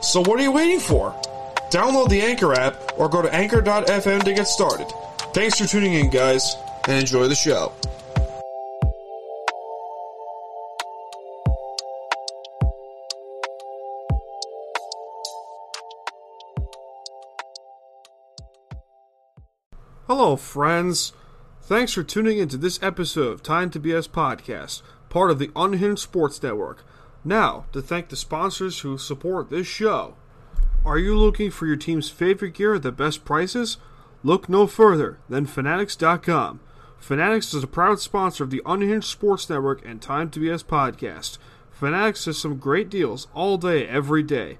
So what are you waiting for? Download the Anchor app or go to anchor.fm to get started. Thanks for tuning in, guys, and enjoy the show. Hello, friends. Thanks for tuning in to this episode of Time to BS Podcast, part of the Unhinged Sports Network. Now, to thank the sponsors who support this show. Are you looking for your team's favorite gear at the best prices? Look no further than Fanatics.com. Fanatics is a proud sponsor of the Unhinged Sports Network and Time to BS Podcast. Fanatics has some great deals all day, every day.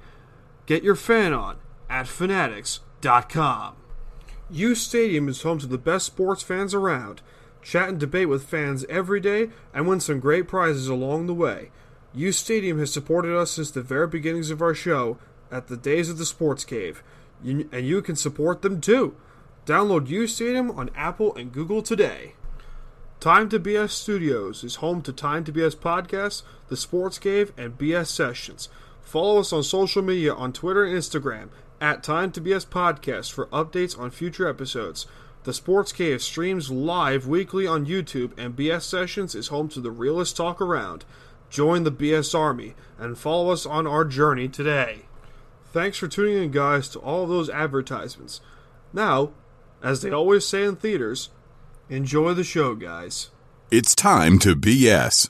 Get your fan on at Fanatics.com. U Stadium is home to the best sports fans around. Chat and debate with fans every day and win some great prizes along the way. U Stadium has supported us since the very beginnings of our show at the days of the Sports Cave, You- and you can support them too. Download U Stadium on Apple and Google today. Time to BS Studios is home to Time to BS Podcasts, The Sports Cave, and BS Sessions. Follow us on social media on Twitter and Instagram at Time to BS Podcast for updates on future episodes. The Sports Cave streams live weekly on YouTube, and BS Sessions is home to the realest talk around. Join the BS Army and follow us on our journey today. Thanks for tuning in, guys, to all of those advertisements. Now, as they always say in theaters, enjoy the show, guys. It's time to BS.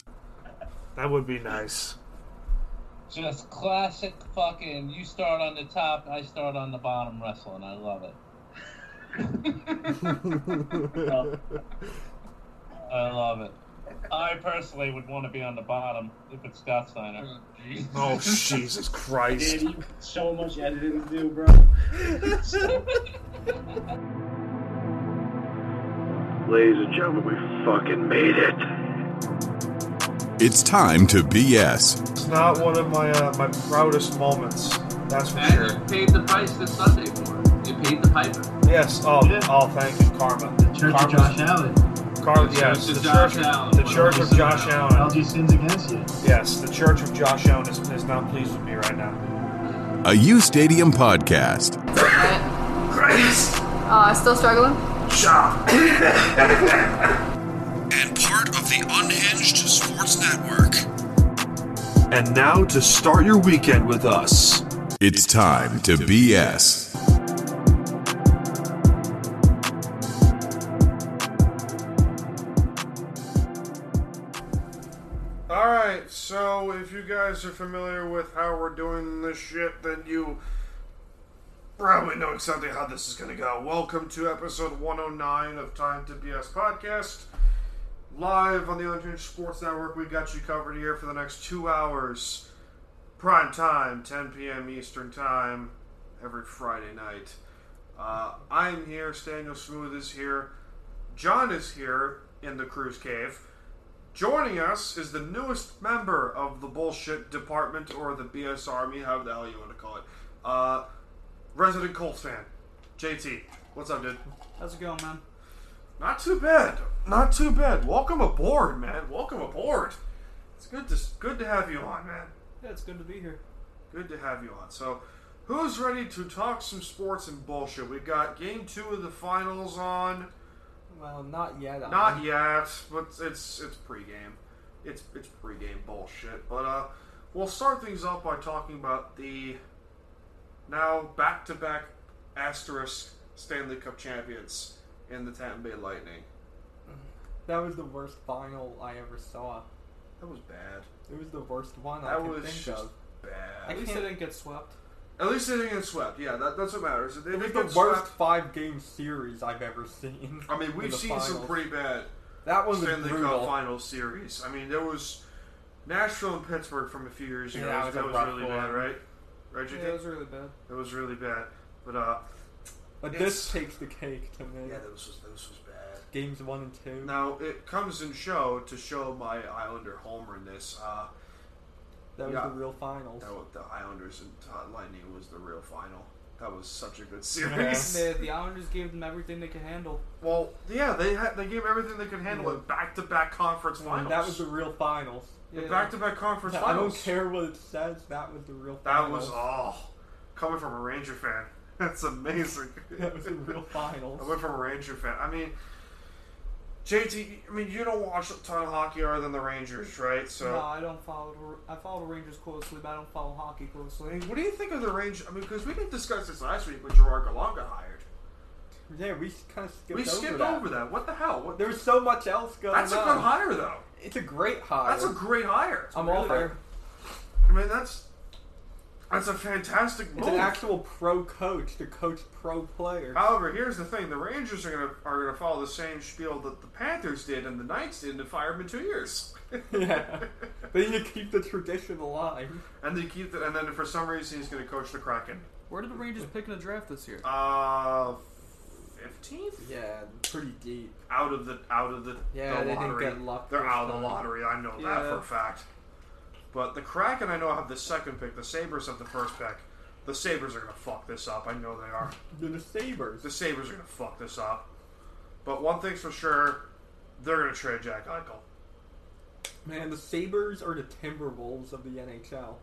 That would be nice. Just classic fucking. You start on the top, I start on the bottom wrestling. I love it. I love it. I personally would want to be on the bottom if it's Scott Steiner. Oh, Jesus Christ. Dude, you got so much editing to do, bro. Ladies and gentlemen, we fucking made it. It's time to BS. It's not one of my uh, my proudest moments. That's for And sure. you paid the price this Sunday for it. You paid the piper. Yes. Oh, oh, thank you, Karma. Church Karma- of Josh Allen. Karma. The Yes. Church of Oh, The Josh church. Allen. The church of Josh Allen. Algae sins against you. Yes. The church of Josh Allen is, is not pleased with me right now. A U Stadium podcast. Uh, still struggling? And part of the Unhinged Sports Network. And now to start your weekend with us. It's time to BS. Alright, so if you guys are familiar with how we're doing this shit, then you probably know exactly how this is going to go. Welcome to episode 109 of Time to BS Podcast. Live on the Unhinged Sports Network, we got you covered here for the next two hours. Prime time, 10 p.m. Eastern Time, every Friday night. Uh, I'm here, Daniel Smooth is here, John is here in the Cruise Cave. Joining us is the newest member of the bullshit department or the BS Army, however the hell you want to call it. Uh, resident Colts fan, JT. What's up, dude? How's it going, man? Not too bad. Not too bad. Welcome aboard, man. Welcome aboard. It's good to good to have you on, man. Yeah, it's good to be here. Good to have you on. So, who's ready to talk some sports and bullshit? We got game two of the finals on. Well, not yet. I Not mean. yet, but it's it's pregame. It's it's pregame bullshit. But uh, we'll start things off by talking about the now back-to-back asterisk Stanley Cup champions in the Tampa Bay Lightning. That was the worst final I ever saw. That was bad. It was the worst one I That can was think just of. bad. At least they didn't get swept. At least they didn't get swept. Yeah, that, that's what matters. If they It was didn't the get worst swept, five-game series I've ever seen. I mean, in we've the seen some finals. pretty bad That one was Stanley Cup brutal. final series. I mean, there was Nashville and Pittsburgh from a few years ago. Yeah, that was that a was rough really one. bad, right? Reggie, Yeah, it was really bad. it was really bad. But uh, But It's- this takes the cake to me. yeah, this was this was bad. Games one and two. Now it comes in show to show my Islander homer in this. Uh, that was yeah. the real finals. that was- the Islanders and uh, Lightning was the real final. That was such a good series. The, the Islanders gave them everything they could handle. Well, yeah, they had, they gave everything they could handle Yeah. at back to back conference finals. And that was the real finals. Yeah. back to back conference I finals. don't care what it says. That was the real. That Finals. was all coming from a Ranger fan. That's amazing. That was the real finals. I went from a Ranger fan. I mean, JT. I mean, you don't watch a ton of hockey other than the Rangers, right? So. No, I don't follow. the- I follow the Rangers closely, but I don't follow hockey I mean, closely. What do you think of the Rangers? I mean, because we didn't discuss this last week when Gerard Galanga hired. Yeah, we kind of skipped we over skipped that. over that. What the hell? What, There was so much else going that's a on. good hire, though. It's a great hire. That's a great hire. I'm Really. all for. I mean, that's that's a fantastic move. It's an actual pro coach to coach pro players. However, here's the thing: the Rangers are gonna are gonna follow the same spiel that the Panthers did and the Knights did to fire him in two years. yeah, they need to keep the tradition alive. and they keep the, and then for some reason he's gonna coach the Kraken. Where did the Rangers pick in the draft this year? Uh, fifteenth Yeah, pretty deep. out of the out of the Yeah, the they didn't lottery. get luck They're this out of time. the lottery. I know that Yeah. for a fact. But the Kraken, I know have the second pick. The Sabers have the first pick. The Sabers are gonna fuck this up. I know they are. They're the Sabers. The Sabers are gonna fuck this up. But one thing's for sure, they're gonna trade Jack Eichel. Man, the Sabers are the Timberwolves of the NHL.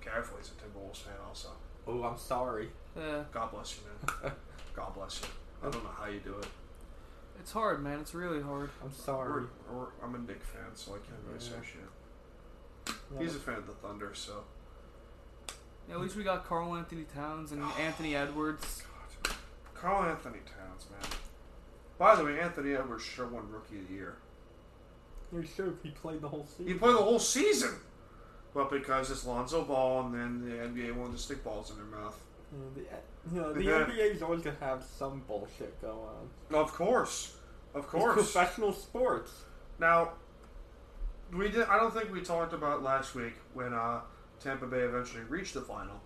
Carefully, he's a Timberwolves fan also. Oh, I'm sorry. Yeah, God bless you, man. God bless you. I don't know how you do it. it's hard, man. It's really hard. I'm We're, sorry. we're, I'm a Nick fan, so I can't really say shit. Yeah. He's a fan of the Thunder, so. Yeah, at least we got Carl Anthony Towns and Anthony Edwards. Carl Anthony Towns, man. By the way, Anthony Edwards sure won Rookie of the Year. You're sure he played the whole season. He played the whole season! But because it's Lonzo Ball and then the NBA wanted to stick balls in their mouth. Yeah, Mm, the, yeah, the Yeah. NBA is always gonna have some bullshit go on. Of course. Of It's course. professional sports. Now, we did. I don't think we talked about last week when uh, Tampa Bay eventually reached the final.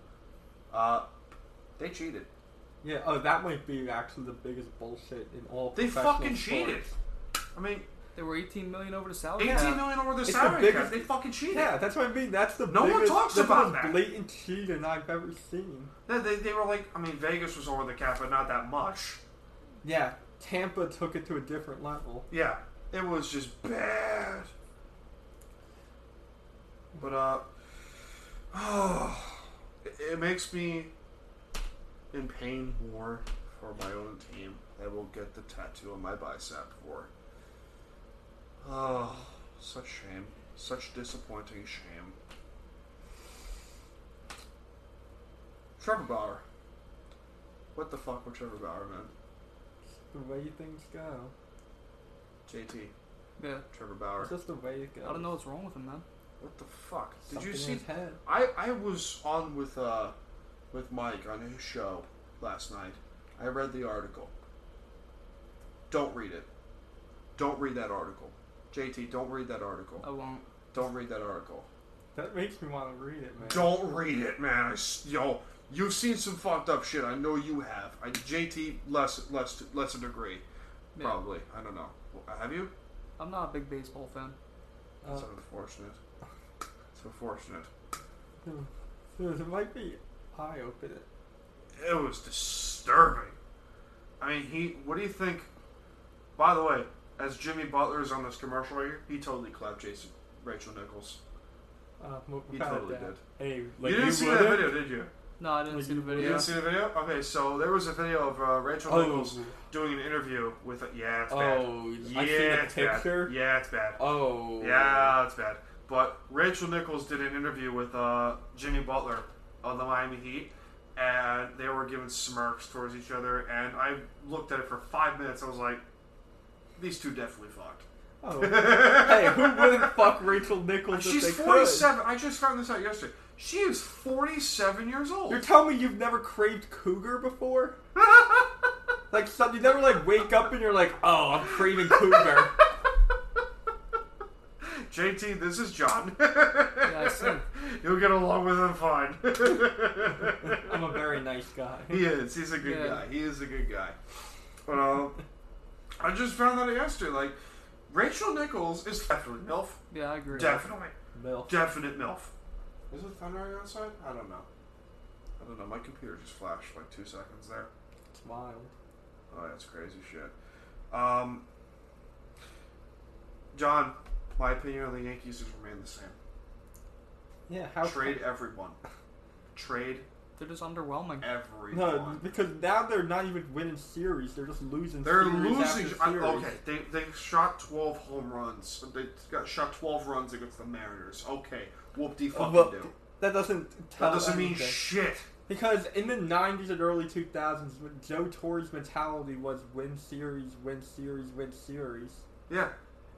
Uh, they cheated. Yeah. Oh, that might be actually the biggest bullshit in all. They professional fucking sports. Oh, cheated. I mean, They were 18 million over the salary. eighteen cap. million over the It's the salary biggest- cap. They fucking cheated. Yeah, that's what I mean. That's the No one biggest, talks that's about the that. most blatant cheating I've ever seen. They, they, they were like, I mean, Vegas was over the cap, but not that much. Yeah, Tampa took it to a different level. Yeah, it was just bad. But uh, it, it makes me in pain more for my own team. I will get the tattoo on my bicep for. Oh, such shame, such disappointing shame. Trevor Bauer. What the fuck with Trevor Bauer, man? The way things go. JT, Yeah. Trevor Bauer. It's just the way it goes. I don't know what's wrong with him, man. What the fuck? Did Something you in see? his head. I I was on with uh with Mike on his show last night. I read the article. Don't read it. Don't read that article. JT, don't read that article. Oh. I won't. Don't read that article. That makes me want to read it, man. Don't read it, man. I s yo, you've seen some fucked up shit. I know you have. I, JT, less less less a degree, Yeah. probably. I don't know. Have you? I'm not a big baseball fan. Uh, That's unfortunate. It's unfortunate. Hmm. it might be eye opening. it was disturbing. I mean, he. What do you think? By the way, as Jimmy Butler is on this commercial right here, he totally clapped Jason Rachel Nichols. Uh, mo- He without a totally doubt. did. Hey, you didn't see that wouldn't? video, did you? No, I didn't Like see the you- You video. didn't see the video? Okay, so there was a video of uh, Rachel Oh. Nichols doing an interview with. yeah, it's bad. Oh, yeah, I seen the it's bad. picture. Yeah, it's bad. Oh. Yeah, it's bad. But Rachel Nichols did an interview with uh, Jimmy Butler on the Miami Heat, and they were giving smirks towards each other. And I looked at it for five minutes. I was like, these two definitely fucked. Oh. hey, who wouldn't fuck Rachel Nichols if She's they could? 47. I just found this out yesterday. She is 47 years old. You're telling me you've never craved cougar before? like, some, you never like wake up and you're like, oh, I'm craving cougar. JT, this is John. Yeah, I see. You'll get along with him fine. I'm a very nice guy. he is. He's a good Yeah. guy. He is a good guy. But, um, I just found that out yesterday. Like, Rachel Nichols is definitely MILF. Yeah, I agree. Definitely. Milk. Definite MILF. Is it thundering outside? I don't know. I don't know. My computer just flashed like two seconds there. It's wild. Oh, that's crazy shit. Um, John, my opinion on the Yankees has remained the same. Yeah, how Trade everyone. Trade They're just underwhelming. everyone. No, because now they're not even winning series. They're just losing. They're series losing. After I- series. okay, they, they shot 12 home runs. They got shot 12 runs against the Mariners. Okay, whoop de fucking But do. that doesn't tell. That doesn't mean anything. shit. Because in the '90s and early 2000s, when Joe Torre's mentality was win series, win series, win series, Yeah,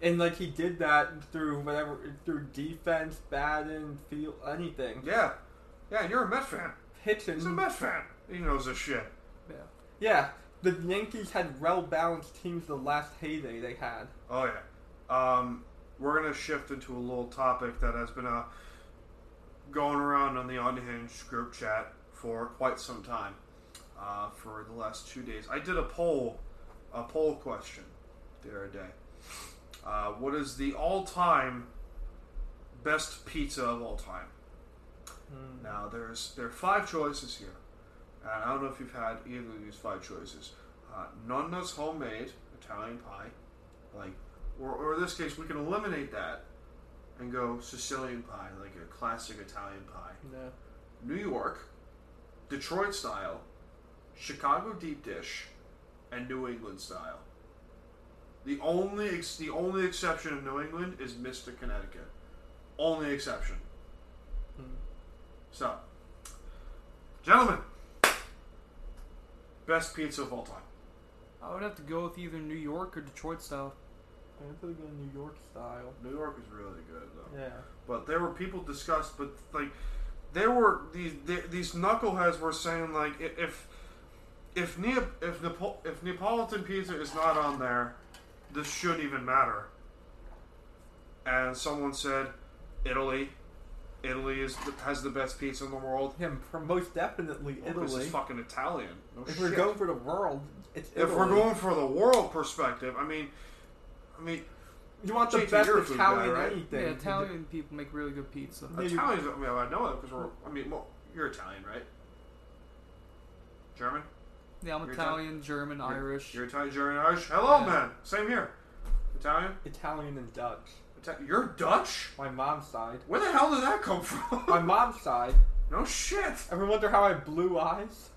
and like he did that through whatever, through defense, batting, field, anything, yeah. Yeah, you're a Met fan. pitching. He's a Met fan. He knows this shit. Yeah. yeah, the Yankees had well balanced teams the last heyday they had. Oh yeah. Um, we're gonna shift into a little topic that has been uh, going around on the unhinged group chat for quite some time. Uh, for the last two days, I did a poll, a poll question, the other day. Uh, what is the all-time best pizza of all time? Now there's there are five choices here, and I don't know if you've had either of these five choices. Uh, Nonna's homemade Italian pie, like or, or in this case we can eliminate that and go sicilian pie like a classic italian pie No. new york detroit style chicago deep dish and new england style the only ex- the only exception of new england is mr connecticut only exception so gentlemen best pizza of all time I would have to go with either New York or Detroit style. I'm gonna go New York style. new york is really good though Yeah. But there were people discussed, but like there were these the- these knuckleheads were saying like i- if if Nea, if Nepo, if Neapolitan pizza is not on there, this shouldn't even matter. And someone said, Italy, Italy is has the best pizza in the world. Him, for most definitely Well, Oh, This Italy. is fucking Italian. No If shit. we're going for the world, it's Italy. if we're going for the world perspective, I mean, I mean you want the JT, best you're a food guy, Italian right? anything. Yeah, Italian people make really good pizza. Yeah, you- Italians. I mean, I know that because we're. I mean, well, you're Italian, right? German. Yeah, I'm You're Italian, German, Irish. You're Italian, German, Irish. Hello, Yeah. man. Same here. Italian. Italian and Dutch. Ita- you're Dutch. My mom's side. Where the hell did that come from? My mom's side. no shit. Ever wonder how I have blue eyes?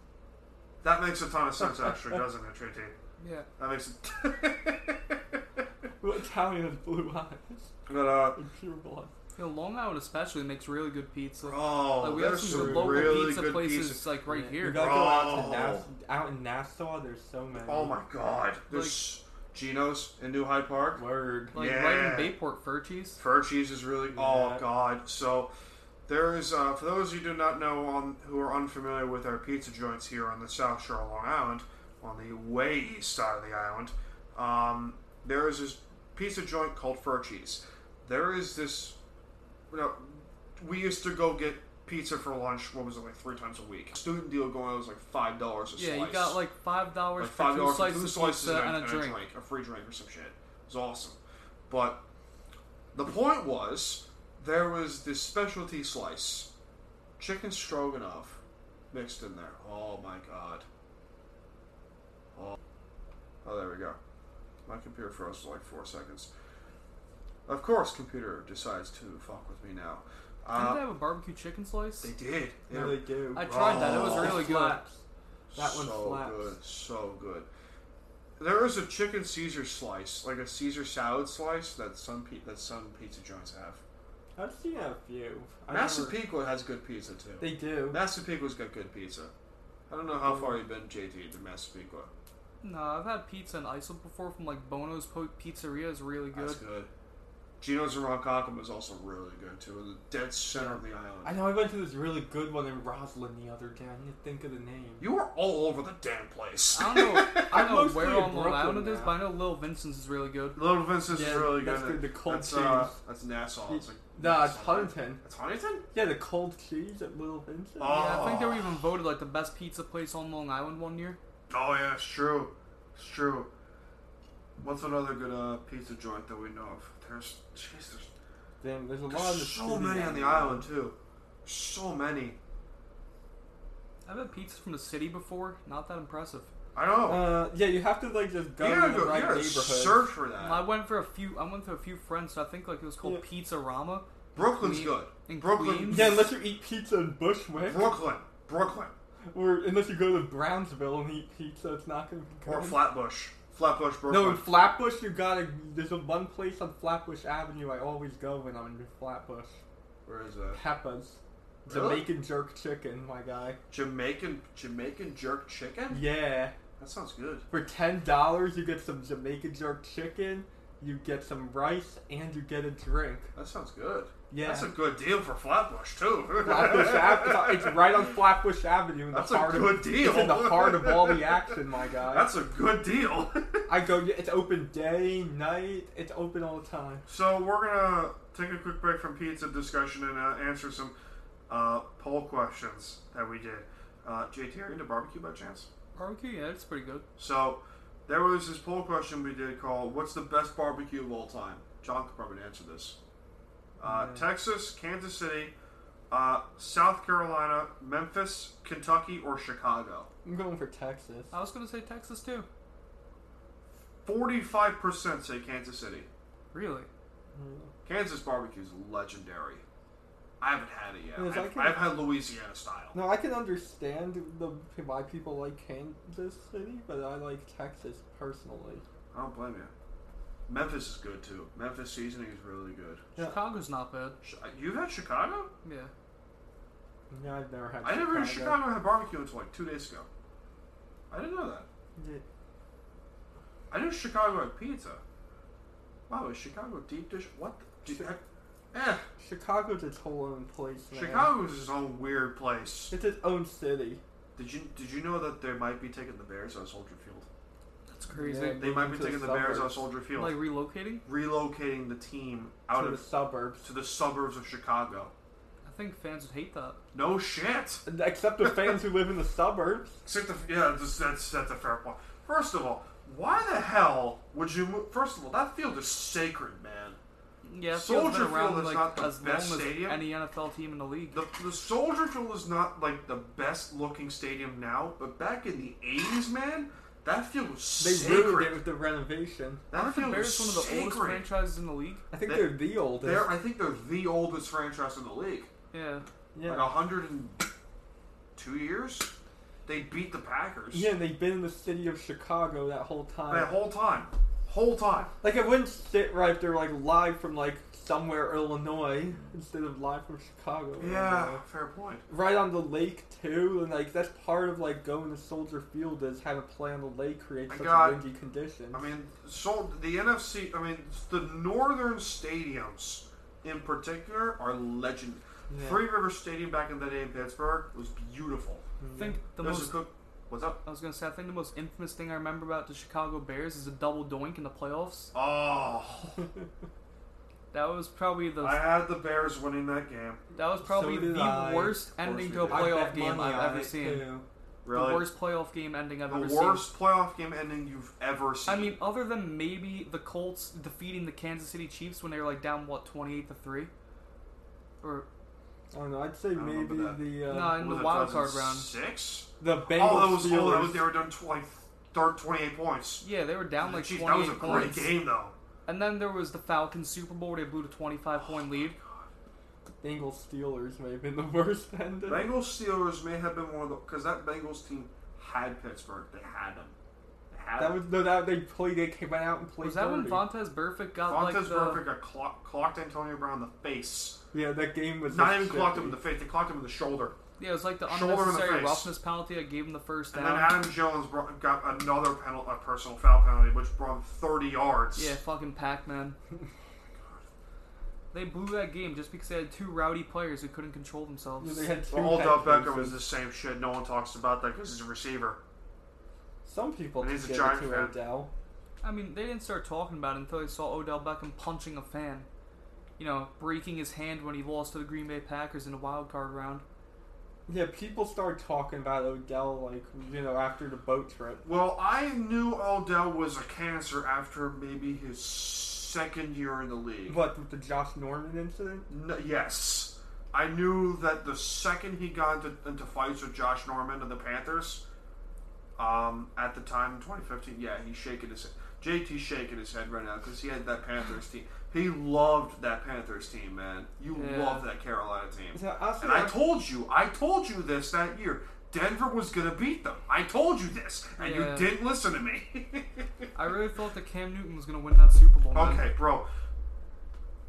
That makes a ton of sense, actually, doesn't it, JT? Yeah. That makes it. Well, Italian has blue eyes. but uh, And pure blood. You know, Long Island especially makes really good pizza. oh, like, we have there's some, some, local really pizza good places pizza. like right You here. gotta go out, to Oh. Nas- out in Nassau, there's so many. Oh my god. There's Geno's in New Hyde Park. Word. Like right Yeah. in Bayport, fur cheese. Fur cheese is really oh Yeah. god. So there is uh, for those who do not know on who are unfamiliar with our pizza joints here on the South Shore of Long Island, on the way east side of the island, um, there is this pizza joint called Fur Cheese. There is this. You know, we used to go get pizza for lunch. What was it like three times a week? Student deal going it was like five dollars a Yeah, slice. you got like five dollars Like for five two dollars for slices, two of slices pizza and, a drink. a free drink or some shit. It was awesome. But the point was, there was this specialty slice, chicken stroganoff, mixed in there. Oh my god. Oh, oh there we go. My computer froze for like four seconds. Of course, computer decides to fuck with me now. Didn't Uh, they have a barbecue chicken slice? they did. They No, had they do. I tried that. It was Oh. really good. Slaps. That one so slaps. good, so good. There is a chicken Caesar slice, like a Caesar salad slice that some pe- that some pizza joints have. I've seen a few. I never- Massapequa has good pizza too. They do. Massapequa's got good pizza. I don't know how far you've been, JT, to Massapequa. Nah, I've had pizza in Iceland before from like Bono's po- Pizzeria is really good. That's good. Gino's in Rockacom is also really good too. In the dead center of the island. I know I went to this really good one in Roslyn the other day. I need to think of the name. you are all over the damn place. I don't know. I I'm don't know mostly where in on Long Brooklyn Island it is, now. but I know Little Vincent's is really good. Little Vince's is Yeah, really that's good. good, the cold that's, uh, cheese. that's Nassau. It's like, Nah, it's Huntington. That's Huntington. Yeah, the cold cheese at Little Vincent. Yeah, I think they were Oh. even voted like the best pizza place on Long Island one year. Oh yeah, it's true. It's true. What's another good uh, pizza joint that we know of? There's, jeez, there's, Damn, there's a lot in there's the so city many now. on the island too. So many. I've had pizza from the city before. Not that impressive. I know. Uh, yeah, you have to like just go you to gotta the go. right You gotta neighborhood. search for that. I went for a few. I went for a few friends. So I think like it was called Yeah. Pizza Rama. Brooklyn's Queen- good. in Brooklyn. Queens. Yeah, unless you eat pizza in Bushwick, Brooklyn. Brooklyn. or unless you go to Brownsville and eat pizza, it's not gonna be good. Or Flatbush. Flatbush, Brooklyn. No, in Flatbush, you gotta. There's a one place on Flatbush Avenue I always go when I'm in Flatbush. Where is that? Peppa's. Really? Jamaican jerk chicken, my guy. Jamaican Jamaican jerk chicken? Yeah. That sounds good. For ten dollars, you get some Jamaican jerk chicken, you get some rice, and you get a drink. That sounds good. Yeah. That's a good deal for Flatbush too. Flatbush Avenue. It's right on Flatbush Avenue. In the That's a heart good of, deal. It's in the heart of all the action, my guy. That's a good deal. I go. It's open day, night. It's open all the time. so we're gonna take a quick break from pizza discussion and uh, answer some uh, poll questions that we did. Uh, JT, are you into barbecue by chance? Barbecue, yeah, it's pretty good. So there was this poll question we did called "What's the best barbecue of all time?" John could probably answer this. Uh, Texas, Kansas City, uh, South Carolina, Memphis, Kentucky, or Chicago. I'm going for Texas. I was gonna say Texas too. Forty-five percent say Kansas City. Really? Kansas barbecue is legendary. I haven't had it yet. Yes, I I've, can- I've had Louisiana style. No, I can understand the why people like Kansas City, but I like Texas personally. I don't blame you. Memphis is good too. Memphis seasoning is really good. Yeah. Chicago's not bad. Sh- You've had Chicago? Yeah. Yeah, I've never had. I never in Chicago had barbecue until like two days ago. I didn't know that. Yeah. I knew Chicago had pizza. Wow, is Chicago deep dish? What? The, do, I, eh, Chicago's its whole own place. Man. Chicago is its own weird place. It's its own city. Did you did you know that they might be taking the Bears out of Soldier Field? That's crazy. Yeah. They might be Moving to taking the the Bears out of suburbs. Soldier Field, Like relocating? relocating the team Out out to the of suburbs. to the suburbs of Chicago. I think fans would hate that. No shit. Except the fans who live in the suburbs. Except the, yeah, that's, that's that's a fair point. First of all, why the hell would you? move First of all, that field is sacred, man. Yeah, Soldier Field's been around Field is like not the as best long stadium. as any NFL team in the league. The, the Soldier Field is not like the best looking stadium now, but back in the eighties, man, that field was They sacred. ruined it with the renovation. that Aren't the field Bears was one of the oldest sacred. franchises in the league? I think They- they, are the oldest. They're, I think they're the oldest franchise in the league. Yeah. yeah. Like hundred and two years, they beat the Packers yeah, and they've been in the city of Chicago that whole time. that whole time, whole time. Like it wouldn't sit right if they're like live from like somewhere Illinois instead of live from Chicago. Yeah, fair point. Right on the lake too, and like that's part of like going to Soldier Field is having to play on the lake creates My such God. windy conditions. I mean, so the NFC. I mean, the northern stadiums in particular are legend. Yeah. Three River Stadium back in the day in Pittsburgh was beautiful. Mm-hmm. I think the There's a most cook- What's up? I was gonna say I think the most infamous thing I remember about the Chicago Bears is a double doink in the playoffs. Oh, That was probably the I had the Bears winning that game. that was probably So did the I. worst ending to we a did. I playoff game I've ever seen. Really, The worst playoff game ending I've The ever seen. worst playoff game ending you've ever seen. I mean, other than maybe the Colts defeating the Kansas City Chiefs when they were like down what twenty eight to three, or I don't know. I'd say don't maybe remember that. the uh, no, What in the was it, wild card round. 2006? the Bengals. Oh, that was oh, that Steelers. was they were done tw- like third twenty-eight points. Yeah, they were down like Jeez, twenty that was a eight great points. game though. And then there was the Falcons Super Bowl where they blew the twenty five Oh, point lead. Bengals Steelers may have been the worst ending. Bengals Steelers may have been one of the because that Bengals team had Pittsburgh. They had them. They had That them. was no, that they played. They came out and played. Was that when 30. Vontez Burfict got Vontaze like the Burfict got clock, clocked Antonio Brown in the face. Yeah, that game was Not like even clocked 50. him in the face. They clocked him in the shoulder. Yeah, it was like the Shoulder in the unnecessary face. roughness penalty that gave him the first And down. then Adam Jones brought, got another penal, a personal foul penalty, which brought him 30 yards. Yeah, fucking Pac Man. they blew that game just because they had two rowdy players who couldn't control themselves. They had two Well, Odell tight Becker ends. was the same shit. No one talks about that because he's a receiver. Some people And can he's a give it giant to fan. Odell. I mean, they didn't start talking about it until they saw Odell Beckham punching a fan. You know, breaking his hand when he lost to the Green Bay Packers in the wild card round. Yeah, people started talking about Odell like you know after the boat trip. Well, I knew Odell was a cancer after maybe his second year in the league. What with the Josh Norman incident? No, yes. I knew that the second he got into, into fights with Josh Norman and the Panthers, um, at the time, 2015, yeah, he's shaking his head. JT's shaking his head right now because he had that Panthers team. He loved that Panthers team, man. You Yeah. love that Carolina team. So I was And I like- told you, I told you this that year. Denver was going to beat them. I told you this, and Yeah. you didn't listen to me. I really thought that Cam Newton was going to win that Super Bowl. man. Okay, bro.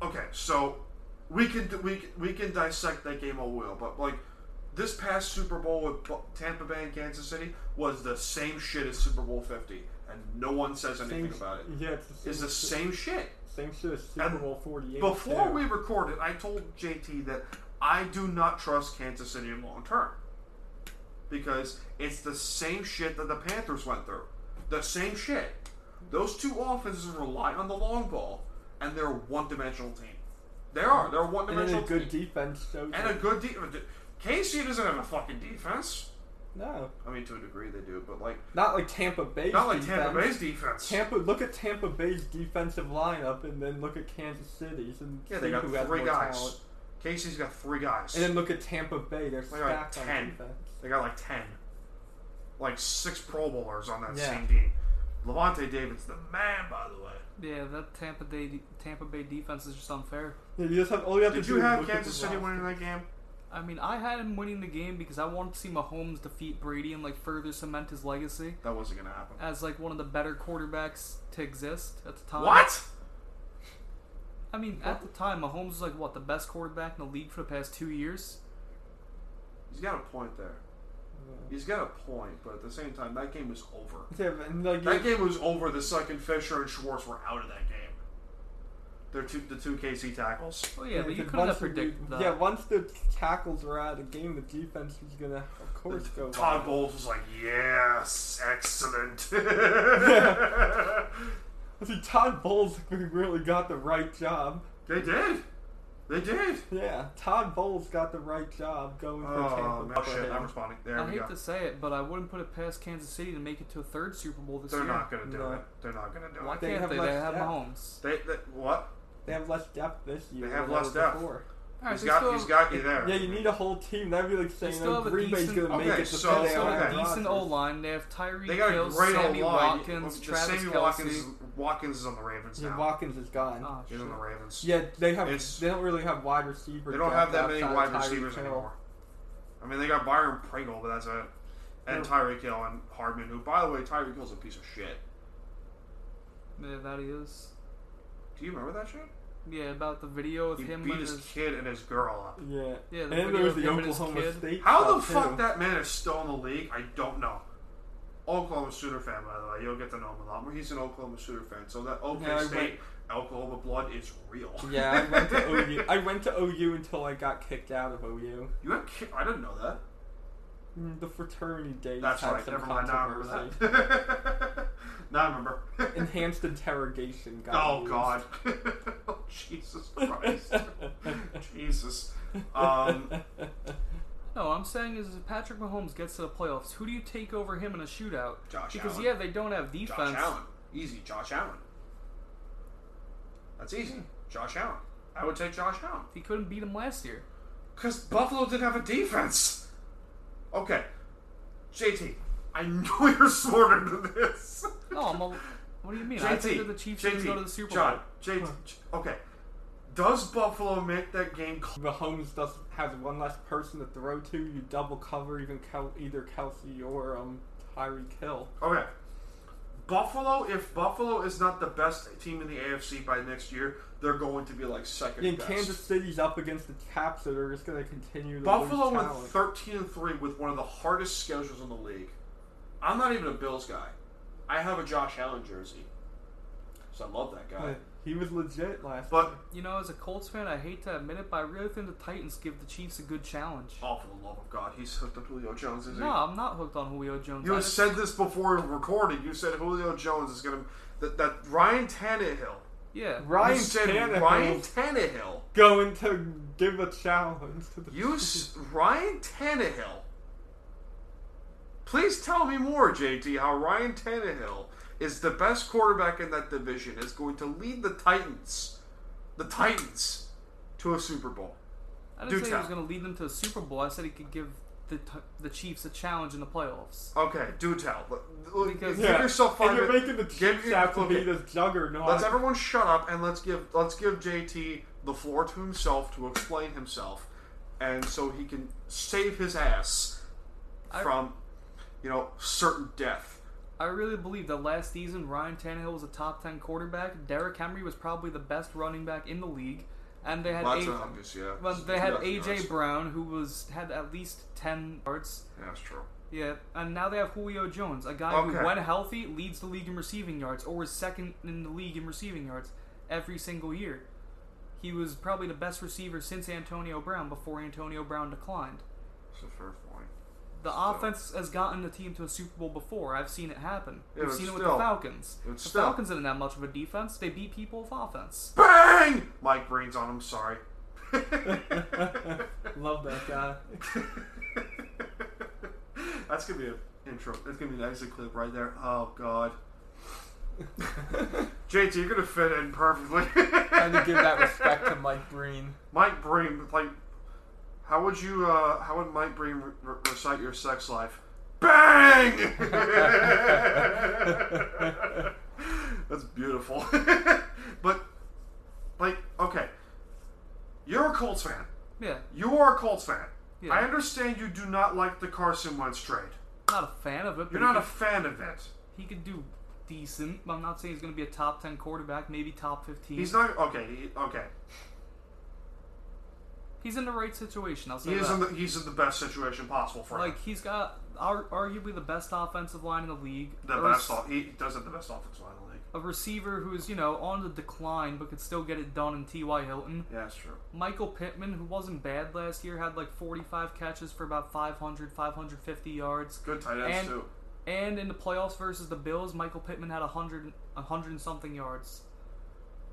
Okay, so we can we can- we can dissect that game all we will, but like this past Super Bowl with Bu- Tampa Bay and Kansas City was the same shit as Super Bowl Fifty, and no one says anything sh- about it. Yeah, it's the same, It's the shit- same shit. same shit as Super And Bowl 48. Before too. we recorded, I told JT that I do not trust Kansas City long term because it's the same shit that the Panthers went through. The same shit. Those two offenses rely on the long ball, and they're a one-dimensional team. They are. They're a and then a one-dimensional good team. defense shows. and a it. good defense. KC doesn't have a fucking defense. no, I mean, to a degree they do, but like not like Tampa Bay's. not like defense. Tampa Bay's defense. Tampa, look at Tampa Bay's defensive lineup, and then look at Kansas City's, and yeah, see they got who has three more guys. talent. KC's got three guys. And then look at Tampa Bay; they're They got like stacked on 10. defense. They got like 10. Like six Pro Bowlers on that Yeah. same team. Levante David's the man, by the way. Yeah, that Tampa Bay Tampa Bay defense is just unfair. Yeah, you just have all you have Did to do. you is have look at Kansas the City roster. winning that game? I mean, I had him winning the game because I wanted to see Mahomes defeat Brady and like further cement his legacy That wasn't going to happen. Uh, as like one of the better quarterbacks to exist at the time. What? I mean, at the time, Mahomes was like what the best quarterback in the league for the past two years. He's got a point there. He's got a point, but at the same time, that game was over. Yeah, but- and like That you- game was over the second Fisher and Schwartz were out of that game. They're two, the two KC tackles. Oh yeah, but you because couldn't have once the- predicted that. Yeah, once the tackles were out of the game, the defense was gonna, of course, go. Todd wild. Bowles was like, yes, excellent. See, Todd Bowles really got the right job. they did. They did. Yeah, Todd Bowles got the right job going for Oh, Tampa man, Bay. shit, I'm responding. There I we hate go. to say it, but I wouldn't put it past Kansas City to make it to a third Super Bowl this They're year. not gonna do No. it. They're not gonna do Why it. They can't have they? They less have depth. Mahomes. They, they what? They have less depth this year. They have than less depth. Before. All right, he's they got still he's have- got you there. Yeah, you need a whole team. That'd be like saying still like, have a Green Bay's decent- gonna make Okay, it to so- the They still have Okay. a decent O old line. They have Tyree They got Hill, a great Sammy old line. Watkins, The Travis Sammy Watkins, Kelsey. Watkins is on the Ravens Yeah, now. Watkins is gone. Oh, he's shit. on the Ravens. yeah, they have. It's- they don't really have wide receivers. they don't depth have that many outside wide of Tyreek receivers Hill. anymore. I mean, they got Byron Pringle, but that's it. And Yeah. Tyreek Hill and Hardman, who, by the way, Tyreek Hill's a piece of shit. Yeah, that he is. Do you remember that shit? Yeah, about the video of He him beat and his, his kid and his girl up. Yeah, Yeah, and the then there video was of the him and his Oklahoma kid. State. How the stuff, fuck too. that man is still in the league, I don't know. Oklahoma Sooner fan, by the way. You'll get to know him a lot more. He's an Oklahoma Sooner fan, so that OK Yeah, I State went- Oklahoma blood is real. Yeah, I went to OU. I went to OU until I got kicked out of OU. you had ki- I didn't know that. Mm, The fraternity days That's had right. some Never mind. Now I controversy. remember that. now I remember. Enhanced interrogation. Got oh used. God. oh Jesus Christ. Jesus. Um, No, what I'm saying is if Patrick Mahomes gets to the playoffs, who do you take over him in a shootout? Josh because Allen. yeah, they don't have defense. Josh Allen. Easy. Josh Allen. That's easy. Hmm. Josh Allen. I would take Josh Allen. He couldn't beat him last year. Because Buffalo didn't have a defense. Okay. JT, I know you're sort into this. No, Oh, I'm a, What do you mean? I think JT, that the Chiefs JT, didn't go to the Super John, Bowl. JT, okay. Does Buffalo make that game cl- Mahomes does has one less person to throw to. You double cover even Kel- either Kelsey or um Tyreek Hill. Okay. Buffalo, if Buffalo is not the best team in the AFC by next year, they're going to be like second In best. Kansas City's up against the Caps that are just going to continue to Buffalo lose went talent. 13 and 3 with one of the hardest schedules in the league. I'm not even a Bills guy. I have a Josh Allen jersey. So I love that guy. Yeah, He was legit last. But You know, as a Colts fan, I hate to admit it, but I really think the Titans give the Chiefs a good challenge. oh for the love of God, he's hooked up Julio Jones, is No, I'm not hooked on Julio Jones. he? You I just- said this before recording. You said Julio Jones is gonna that, that Ryan Tannehill. yeah. Ryan you said Tannehill Ryan Tannehill. going to give a challenge to the You s- Ryan Tannehill. Please tell me more, JT, how Ryan Tannehill is the best quarterback in that division, is going to lead the Titans, the Titans, to a Super Bowl. I do didn't say he tell. was going to lead them to a Super Bowl. I said he could give the t- the Chiefs a challenge in the playoffs. Okay, do tell. L- l- Because- give Yeah. yourself five and you're minutes. making the Give Chiefs your- have to be okay. this juggernaut. Let's everyone shut up and let's give let's give JT the floor to himself to explain himself, and so he can save his ass I- from, you know, certain death. I really believe that last season Ryan Tannehill was a top ten quarterback. Derrick Henry was probably the best running back in the league, and they had Lots a- of obvious, yeah. well, they had Yeah, AJ that's- Brown who was had at least ten yards. Yeah, that's true. Yeah, and now they have Julio Jones, a guy Okay. who, when healthy, leads the league in receiving yards or is second in the league in receiving yards every single year. He was probably the best receiver since Antonio Brown before Antonio Brown declined. It's a fair point. The offense has gotten the team to a Super Bowl before. I've seen it happen. Yeah, We've but seen it with still. the Falcons. But the still. Falcons didn't have much of a defense. They beat people with offense. Bang! Mike Breen's on him. Sorry. Love that guy. That's gonna be an intro. That's gonna be an exit clip right there. Oh God. JT, you're gonna fit in perfectly. Trying to give that respect to Mike Breen. Mike Breen, like, how would you? Uh, how would Mike Breen re- re- recite your sex life? Bang! That's beautiful. but, like, okay, you're a Colts fan. Yeah, You are a Colts fan. Yeah. I understand you do not like the Carson Wentz trade. not a fan of it. You're but not he a fan of it. could- he could do decent. I'm not saying he's going to be a top ten quarterback. Maybe top fifteen. He's not okay. He, okay, He's in the right situation. I'll say he is that. in the he's in the best situation possible for him. Like he's got ar- arguably the best offensive line in the league. The a, best. rec- off- He does have the best offensive line in the league. a receiver who's you know on the decline but could still get it done in T.Y. Hilton. Yeah, that's true. Michael Pittman, who wasn't bad last year, had like 45 catches for about 500, 550 yards. Good tight ends And- too. And in the playoffs versus the Bills, Michael Pittman had 100, 100 and something yards.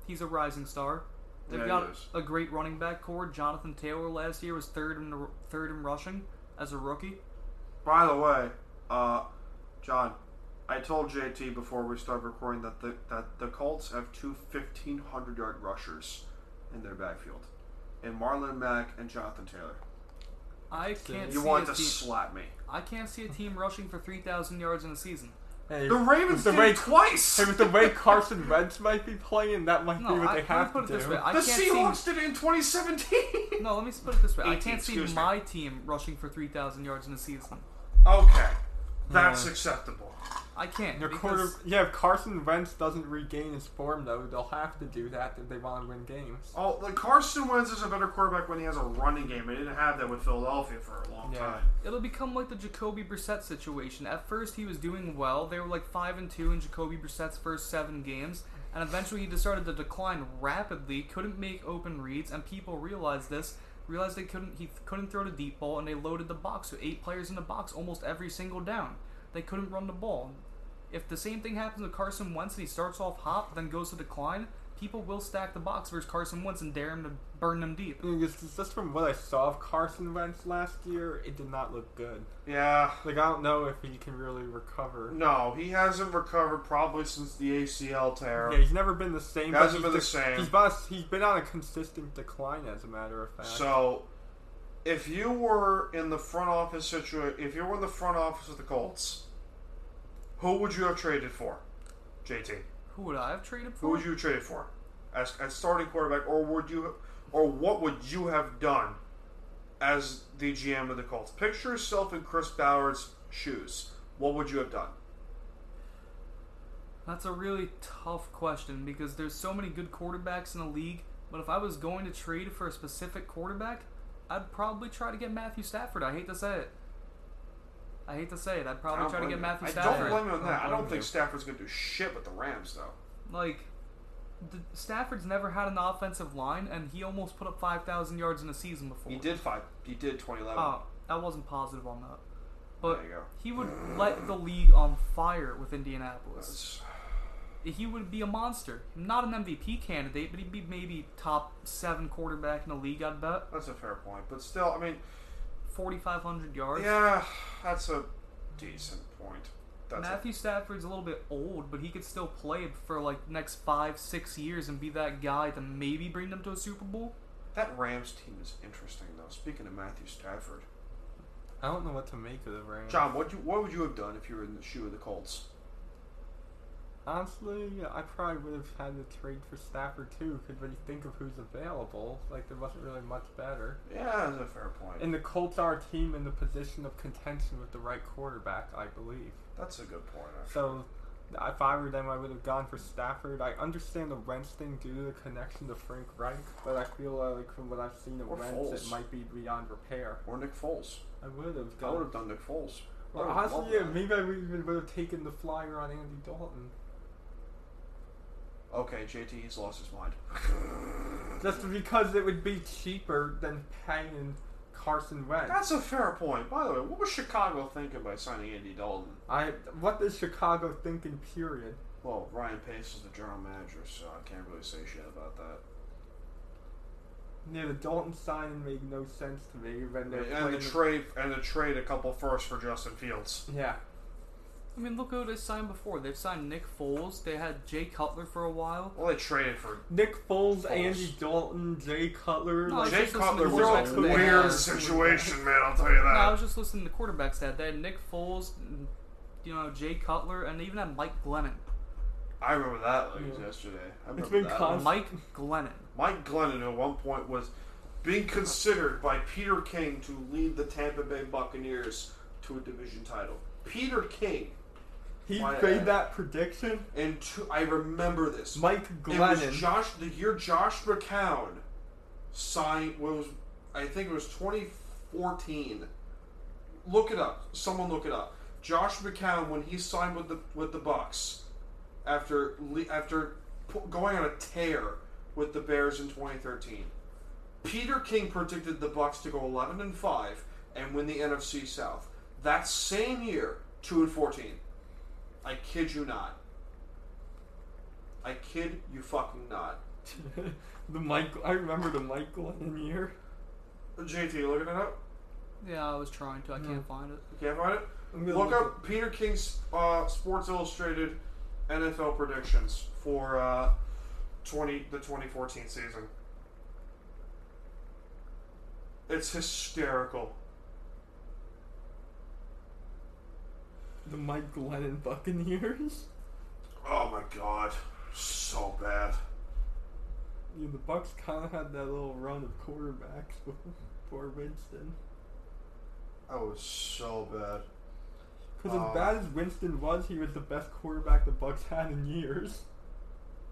He's a rising star. They've Yeah, he got is. a great running back core. Jonathan Taylor last year was third in the, third in rushing as a rookie. By the way, uh, John, I told JT before we started recording that the that the Colts have two 1500 yard rushers in their backfield, and Marlon Mack and Jonathan Taylor. I can't You see want a to team, slap me? I can't see a team rushing for 3,000 yards in a season. Hey, The Ravens with the did way, it twice. Hey, with the way Carson Wentz might be playing, that might No, be what I, they let me have put to do. it this way. I the can't Seahawks see. did it in 2017. No, let me put it this way. I 18, can't see excuse me. my team rushing for 3,000 yards in a season. okay, that's acceptable. I can't. Your quarter, because yeah, if Carson Wentz doesn't regain his form, though, they'll have to do that if they want to win games. Oh, like Carson Wentz is a better quarterback when he has a running game. I didn't have that with Philadelphia for a long Yeah. time. It'll become like the Jacoby Brissett situation. At first, he was doing well. They were like five and two in Jacoby Brissett's first seven games, and eventually he just started to decline rapidly. Couldn't make open reads, and people realized this. Realized they couldn't. He couldn't throw the deep ball, and they loaded the box. So eight players in the box almost every single down. They couldn't run the ball. If the same thing happens with Carson Wentz, and he starts off hot, then goes to decline. People will stack the box versus Carson Wentz and dare him to burn them deep. I mean, just, just from what I saw of Carson Wentz last year, it did not look good. Yeah. Like, I don't know if he can really recover. No, he hasn't recovered probably since the ACL tear. Yeah, he's never been the same. He but hasn't he's been the dec- same. He's, bus- he's been on a consistent decline, as a matter of fact. So, if you were in the front office situation, if you were in the front office of the Colts, who would you have traded for, JT? Who would I have traded for? Who would you have traded for as, as starting quarterback, or would you, or what would you have done as the GM of the Colts? Picture yourself in Chris Ballard's shoes. What would you have done? That's a really tough question because there's so many good quarterbacks in the league. But if I was going to trade for a specific quarterback, I'd probably try to get Matthew Stafford. I hate to say it. I hate to say it. I'd I probably don't try to blame get you. Matthew I Stafford. don't blame him on that. I don't blame think you. Stafford's going to do shit with the Rams, though. like the, Stafford's never had an offensive line, and he almost put up five thousand yards in a season before. He did five. He did 2011. Oh, I wasn't positive on that, but There you go. he would light the league on fire with That's- Indianapolis. He would be a monster. Not an MVP candidate, but he'd be maybe top seven quarterback in the league. I'd bet That's a fair point, but still, I mean, forty five hundred yards. yeah, that's a decent point. That's a- Matthew Stafford's a little bit old, but he could still play for like next five, six years and be that guy to maybe bring them to a Super Bowl. that Rams team is interesting, though. Speaking of Matthew Stafford, I don't know what to make of the Rams. John, what you, what would you have done if you were in the shoe of the Colts? Honestly, I probably would have had to trade for Stafford too, because when you think of who's available, like there wasn't really much better. Yeah, that's a fair point. And the Colts are a team in the position of contention with the right quarterback, I believe. that's a good point. Actually. So, if I were them, I would have gone for Stafford. I understand the Wentz thing due to the connection to Frank Reich, but I feel like from what I've seen of Or Wentz, Foles. it might be beyond repair. Or Nick Foles. I would have I would gone. have done Nick Foles. I Well, would have loved honestly, yeah, that. maybe I would even would have taken the flyer on Andy Dalton. Okay, JT, he's lost his mind. Just because it would be cheaper than paying Carson Wentz. That's a fair point. By the way, what was Chicago thinking by signing Andy Dalton? I what is Chicago thinking? Period. Well, Ryan Pace is the general manager, so I can't really say shit about that. Yeah, the Dalton signing made no sense to me when they were and playing the trade and the trade a couple firsts for Justin Fields. Yeah, I mean, look who they signed before. They've signed Nick Foles. They had Jay Cutler for a while. Well, they traded for Nick Foles, Andy Dalton, Jay Cutler. No, like, it's Jay just listening Cutler to was quarterbacks a that they weird had. situation, man. I'll tell you No, I was that. just listening to quarterbacks that they had Nick Foles, and, you know, Jay Cutler, and they even had Mike Glennon. I remember that like it was yesterday. I remember been that. constant. Mike Glennon. Mike Glennon at one point was being considered by Peter King to lead the Tampa Bay Buccaneers to a division title. Peter King, he Why- made that prediction. and two, I remember this. Mike It was Glennon. Josh the year Josh McCown signed was I think it was 2014. Look it up. Someone look it up. Josh McCown when he signed with the with the Bucks after le- after p- going on a tear with the Bears in 2013. Peter King predicted the Bucks to go 11 and 5 and win the NFC South. That same year, 2 and 14. I kid you not. I kid you fucking not. the Mike. I remember the Mike Glennon year. JT, you looking it up? Yeah, I was trying to. I can't find it. You can't find it? I'm gonna Look, look up Peter King's uh, Sports Illustrated NFL predictions for uh, 20 the 2014 season. It's hysterical. The Mike Glennon Buccaneers. Oh my god. So bad. Yeah, the Bucks kind of had that little run of quarterbacks before Winston. That was so bad. Because Uh, as bad as Winston was, he was the best quarterback the Bucks had in years.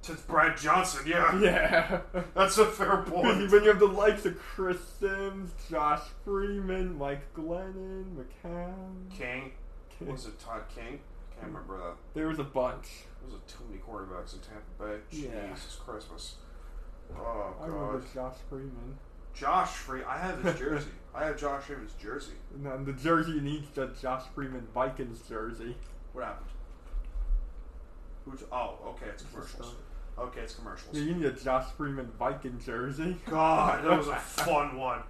It's Brad Johnson, yeah. Yeah. That's a fair point. when you have the likes of Chris Sims, Josh Freeman, Mike Glennon, McCown, King. King. Was it Todd King? Can't remember that. there was a bunch. Those are too many quarterbacks in Tampa Bay. Yeah. Jesus Christmas. Oh I God. remember Josh Freeman. Josh Free. I have his jersey. I have Josh Freeman's jersey. And then the jersey needs the Josh Freeman Vikings jersey. What happened? Who's? Oh, okay. It's commercials. Okay, it's commercials. Yeah, you need a Josh Freeman Viking jersey. God, that was a fun one.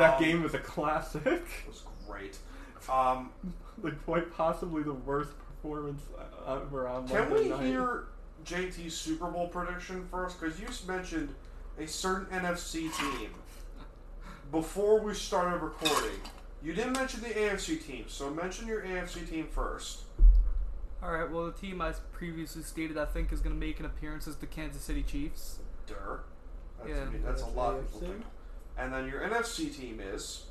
that Um, game was a classic. was great. Um, like quite possibly the worst performance uh, ever on can Monday we night. hear JT's Super Bowl prediction first? Because you mentioned a certain NFC team before we started recording. You didn't mention the AFC team, so mention your AFC team first. All right. Well, the team I previously stated I think is going to make an appearance is the Kansas City Chiefs. Durr. That's, Yeah. I mean, that's a lot of people AFC. think. And then your NFC team is.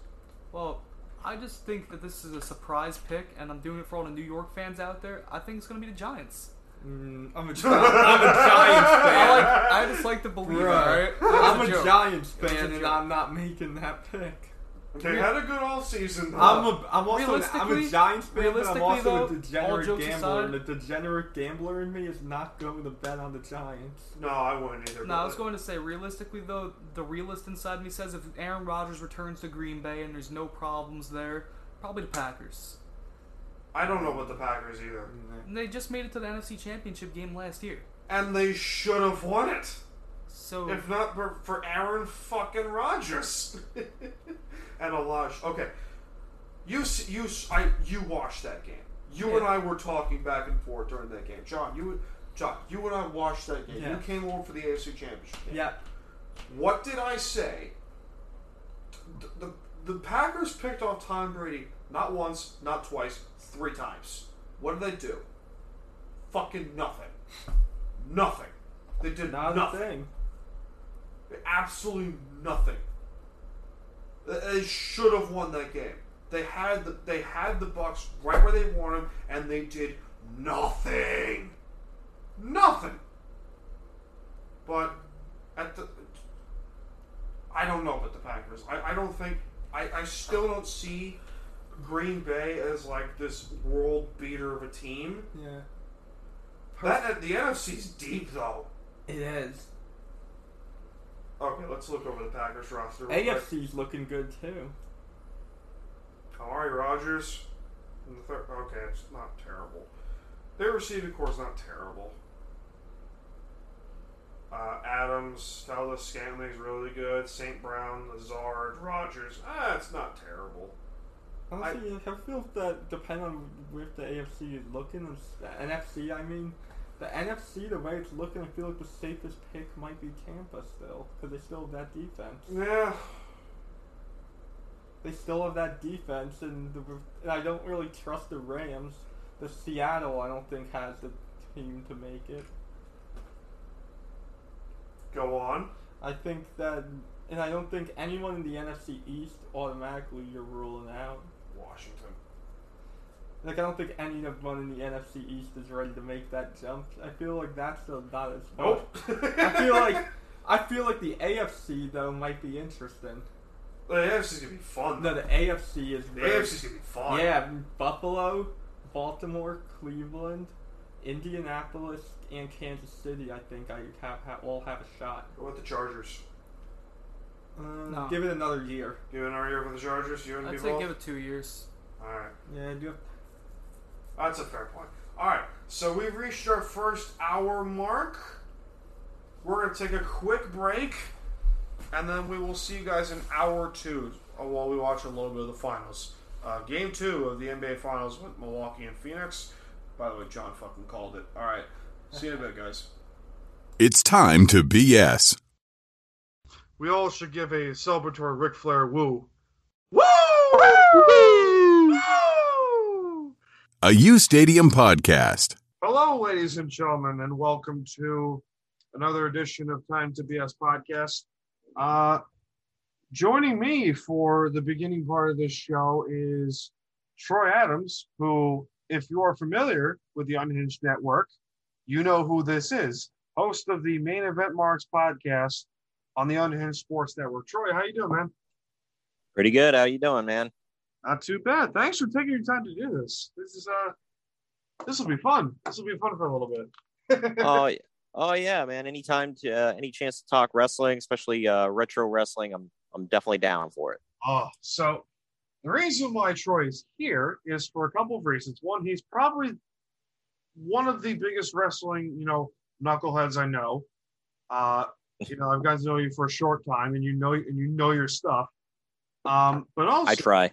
Well, I just think that this is a surprise pick, and I'm doing it for all the New York fans out there. I think it's going to be the Giants. Mm, I'm a Giants. I'm a Giants fan. I, like, I just like to believe it, Bruh, alright? I'm a, joke. Giants was a fan, and joke. I'm not making that pick. They had a good offseason. though. I'm a I'm also an, I'm a Realistically- Giants fan, but I'm also realistically, though, a all degenerate jokes gambler, aside- and the degenerate gambler in me is not going to bet on the Giants. no, I wouldn't either. No, I was but- going to say, realistically, though, the realist inside me says if Aaron Rodgers returns to Green Bay and there's no problems there, probably the Packers. I don't know about the Packers either, And they just made it to the NFC Championship game last year. and they should have won it. So, If not for, for Aaron fucking Rodgers and Elijah. Okay, you s- you s- I you watched that game. You and Yeah. I were talking back and forth during that game. John, you John, you and I watched that game. You Yeah. came over for the AFC Championship game. Yeah, What did I say? The, the, the Packers picked off Tom Brady not once, not twice, three times. What did they do? Fucking nothing. Nothing. They did not nothing. a thing. Absolutely nothing. They- They should have won that game. They had the they had the Bucks right where they wanted them, and they did nothing. Nothing. But at the, I don't know about the Packers. I, I don't think I, I still don't see Green Bay as like this world beater of a team. Yeah, That the NFC's deep though. it is. Okay, let's look over the Packers roster. real quick. AFC's looking good too. Amari Rogers. In the third, okay, it's not terrible. Their receiving core is not terrible. Uh, Adams, Valdez, Scantling is really good. St. Brown, Lazard, Rogers. Ah, it's not terrible. Honestly, I, feel that depend on where the AFC is looking. and s- The NFC, I mean, the NFC, the way it's looking, I feel like the safest pick might be Tampa still because they still have that defense. Yeah, They still have that defense, and, the, and I don't really trust the Rams. The Seattle, I don't think has the team to make it. go on. I think that, and I don't think anyone in the NFC East automatically you're ruling out. Washington. Like I don't think anyone in the NFC East is ready to make that jump. I feel like that's a, not as fun. Nope. Oh. I feel like I feel like the AFC though might be interesting. the AFC's gonna be fun. No, the AFC is the very- AFC's gonna be fun. Yeah, Buffalo, Baltimore, Cleveland, Indianapolis, and Kansas City. I think I have, ha all have a shot. What about the Chargers? Um, No. Give it another year. You in our year for the Chargers? You and I'd people? say give it two years. All right. Yeah, I do have That's a fair point. All right, so we've reached our first hour mark. We're going to take a quick break, and then we will see you guys in hour two uh, while we watch a little bit of the finals. Uh, game two of the NBA Finals with Milwaukee and Phoenix. By the way, John fucking called it. All right, see you in a bit, guys. It's time to BS. We all should give a celebratory Ric Flair woo. Woo! A U Stadium podcast. Hello, ladies and gentlemen, and welcome to another edition of Time to BS podcast. Uh, joining me for the beginning part of this show is Troy Adams, who, if you are familiar with the Unhinged Network, you know who this is, host of the Main Event Marks podcast on the Unhinged Sports Network. Troy, how you doing, man? Pretty good. How you doing, man? Not too bad. Thanks for taking your time to do this. This is uh, this will be fun. This will be fun for a little bit. oh, y- oh yeah, man. Anytime to uh, any chance to talk wrestling, especially uh, retro wrestling, I'm I'm definitely down for it. Oh, so the reason why Troy is here is for a couple of reasons. One, he's probably one of the biggest wrestling, you know, knuckleheads I know. Uh, you know, I've gotten to know you for a short time, and you know, and you know your stuff. Um, but also, I try.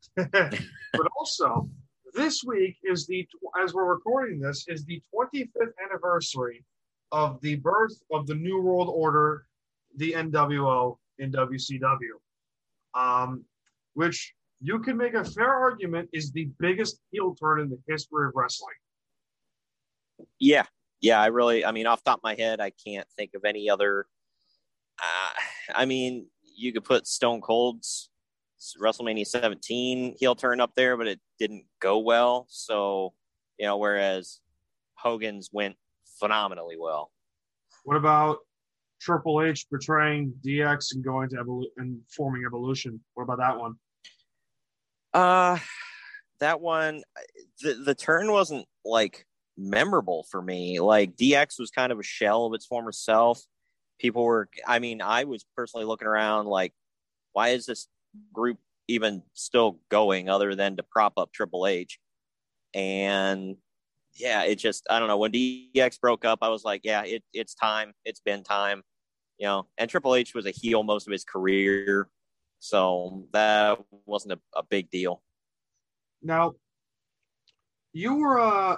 but also, this week is the as we're recording this is the 25th anniversary of the birth of the New World Order, the NWO in WCW, um, which you can make a fair argument is the biggest heel turn in the history of wrestling. Yeah, yeah. I really, I mean, off the top of my head, I can't think of any other. Uh, I mean, you could put Stone Cold's WrestleMania 17 heel turn up there, but it didn't go well. So you know, whereas Hogan's went phenomenally well. What about Triple H betraying DX and going to Evolu- and forming Evolution? What about that one? Uh that one the the turn wasn't like memorable for me. Like DX was kind of a shell of its former self. People were I mean, I was personally looking around like why is this group even still going other than to prop up Triple H? And yeah, it just I don't know. When DX broke up, I was like, yeah, it, it's time. It's been time. You know, and Triple H was a heel most of his career. So that wasn't a, a big deal. Now, you were. Uh,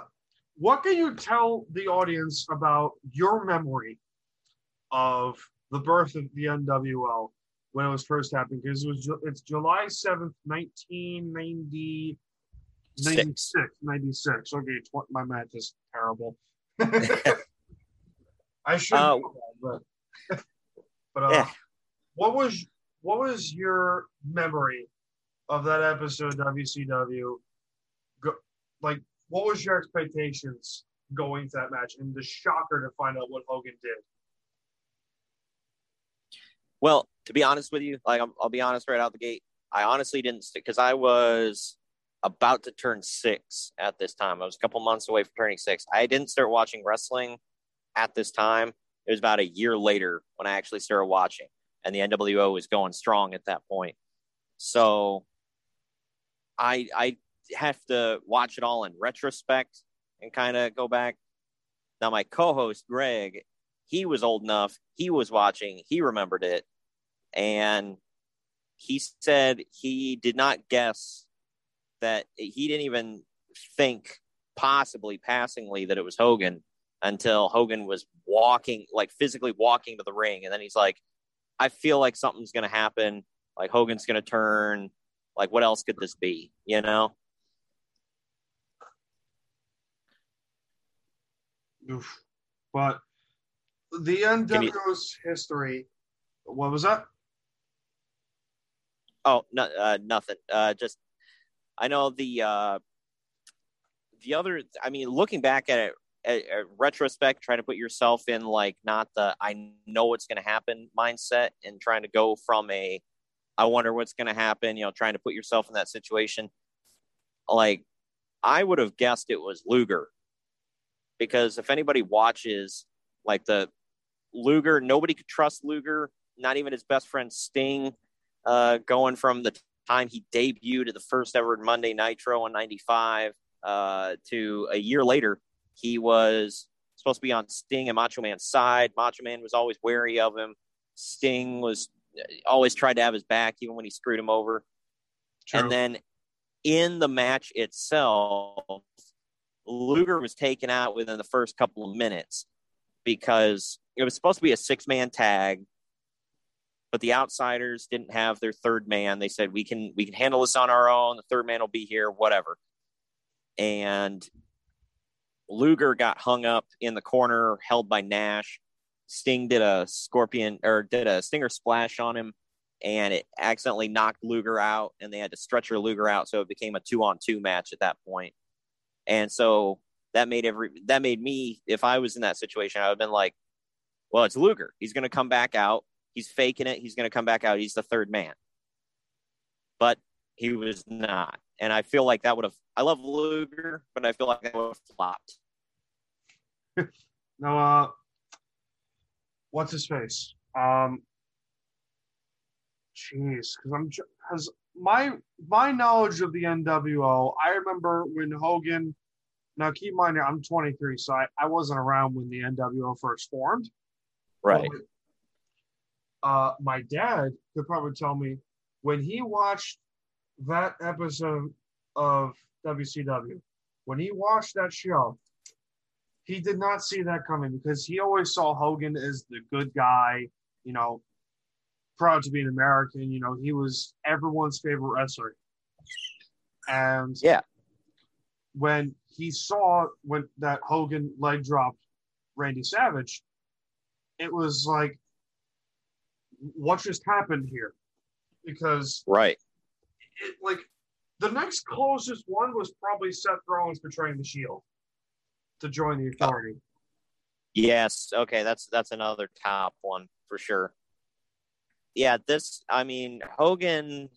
what can you tell the audience about your memory of the birth of the NWO when it was first happening? Because it was Ju- it's July seventh, nineteen ninety. 96, 96. Okay, tw- my math is terrible. I should, Uh, know that, but but uh, Yeah. what was what was your memory of that episode of WCW? Go, like, what was your expectations going to that match, and the shocker to find out what Hogan did? Well, to be honest with you, like I'll, I'll be honest right out the gate, I honestly didn't because I was about to turn six at this time. I was a couple months away from turning six. I didn't start watching wrestling at this time. It was about a year later when I actually started watching, and the NWO was going strong at that point. So, I I have to watch it all in retrospect and kind of go back. Now, my co-host Greg, he was old enough. He was watching. He remembered it and he said he did not guess that he didn't even think possibly passingly that it was Hogan until Hogan was walking like physically walking to the ring and then he's like I feel like something's going to happen like Hogan's going to turn like what else could this be you know Oof. But the NWO's history. What was that? Oh, no, uh, nothing. Uh, just I know the uh, the other. I mean, looking back at it at, at retrospect, trying to put yourself in like not the I know what's going to happen mindset, and trying to go from a I wonder what's going to happen. You know, trying to put yourself in that situation. Like I would have guessed it was Luger because if anybody watches like the Luger, nobody could trust Luger. Not even his best friend Sting uh, going from the time he debuted at the first ever Monday Nitro in '95 uh, to a year later, he was supposed to be on Sting and Macho Man's side. Macho Man was always wary of him. Sting was always tried to have his back, even when he screwed him over. And then in the match itself, Luger was taken out within the first couple of minutes because it was supposed to be a six man tag but the outsiders didn't have their third man. They said we can we can handle this on our own. The third man will be here, whatever. And Luger got hung up in the corner, held by Nash. Sting did a scorpion or did a stinger splash on him, and it accidentally knocked Luger out, and they had to stretcher Luger out, so it became a two on two match at that point. And so that made every that made me, if I was in that situation, I would have been like, well, it's Luger. He's going to come back out. He's faking it. He's going to come back out. He's the third man. But he was not. And I feel like that would have, I love Luger, but I feel like that would have flopped. Now, uh, what's his face? Um, jeez, because I'm because my my knowledge of the NWO, I remember when Hogan. Now, keep in mind, I'm 23, so I, I wasn't around when the NWO first formed. Right. Uh, my dad could probably tell me when he watched that episode of WCW. When he watched that show, he did not see that coming because he always saw Hogan as the good guy, you know, proud to be an American, you know, he was everyone's favorite wrestler. And yeah, when he saw when that Hogan leg dropped Randy Savage, it was like what just happened here? Because Right. it, like the next closest one was probably Seth Rollins betraying the Shield. to join the authority. Yes. Okay. That's that's another top one for sure. Yeah. This. I mean, Hogan.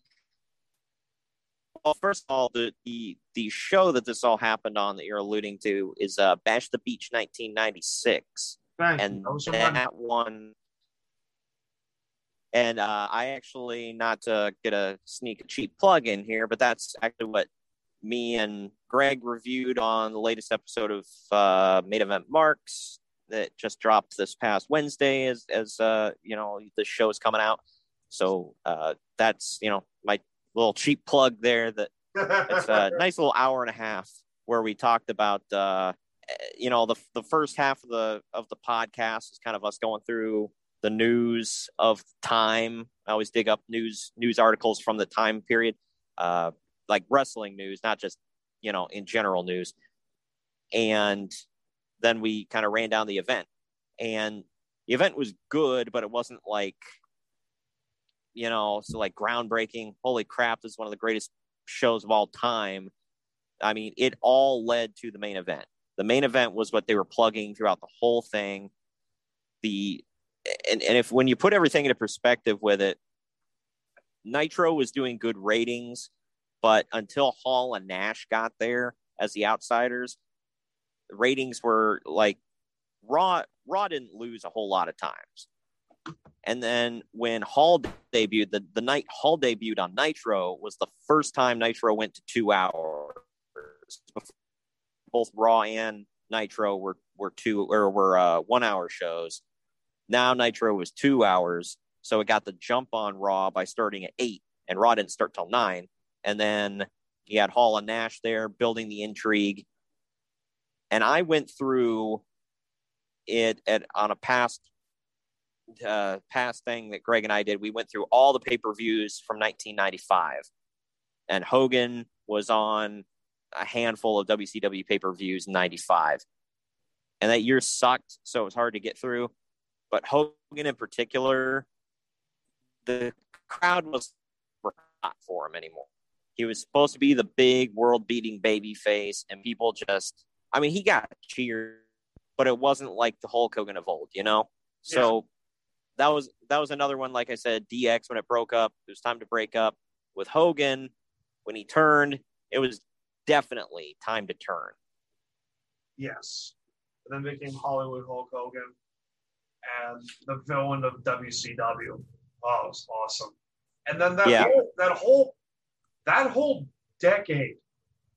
Well, first of all, the the, the show that this all happened on that you're alluding to is uh, Bash the Beach 1996, Thank and you. I was reminded. that one. And uh, I actually, not to get a sneak a cheap plug in here, but that's actually what me and Greg reviewed on the latest episode of uh, Main Event Marks that just dropped this past Wednesday. As as uh, you know, the show is coming out, so uh, that's you know my little cheap plug there. That it's uh, a nice little hour and a half where we talked about uh, you know the the first half of the of the podcast is kind of us going through the news of the time. I always dig up news news articles from the time period. Uh, like wrestling news, not just you know in general news. And then we kind of ran down the event, and the event was good, but it wasn't like you know so like groundbreaking. Holy crap! This is one of the greatest shows of all time. I mean, it all led to the main event. The main event was what they were plugging throughout the whole thing. The and, and if when you put everything into perspective with it, Nitro was doing good ratings but until Hall and Nash got there as the outsiders, the ratings were like Raw. Raw didn't lose a whole lot of times, and then when Hall debuted, the the night Hall debuted on Nitro was the first time Nitro went to two hours. Before, both Raw and Nitro were were two or were uh, one hour shows. Now Nitro was two hours, so it got the jump on Raw by starting at eight, and Raw didn't start till nine and then he had Hall and Nash there building the intrigue. And I went through it at on a past uh, past thing that Greg and I did. We went through all the pay per views from 1995, and Hogan was on a handful of WCW pay per views in '95, and that year sucked, so it was hard to get through. But Hogan in particular, the crowd was hot for him anymore he was supposed to be the big world beating baby face and people just i mean he got cheered but it wasn't like the hulk hogan of old you know so that was that was another one like i said dx when it broke up it was time to break up with hogan when he turned it was definitely time to turn Yes. And then became Hollywood Hulk Hogan and the villain of WCW. Oh, it was awesome. And then that Yeah. whole, that whole that whole decade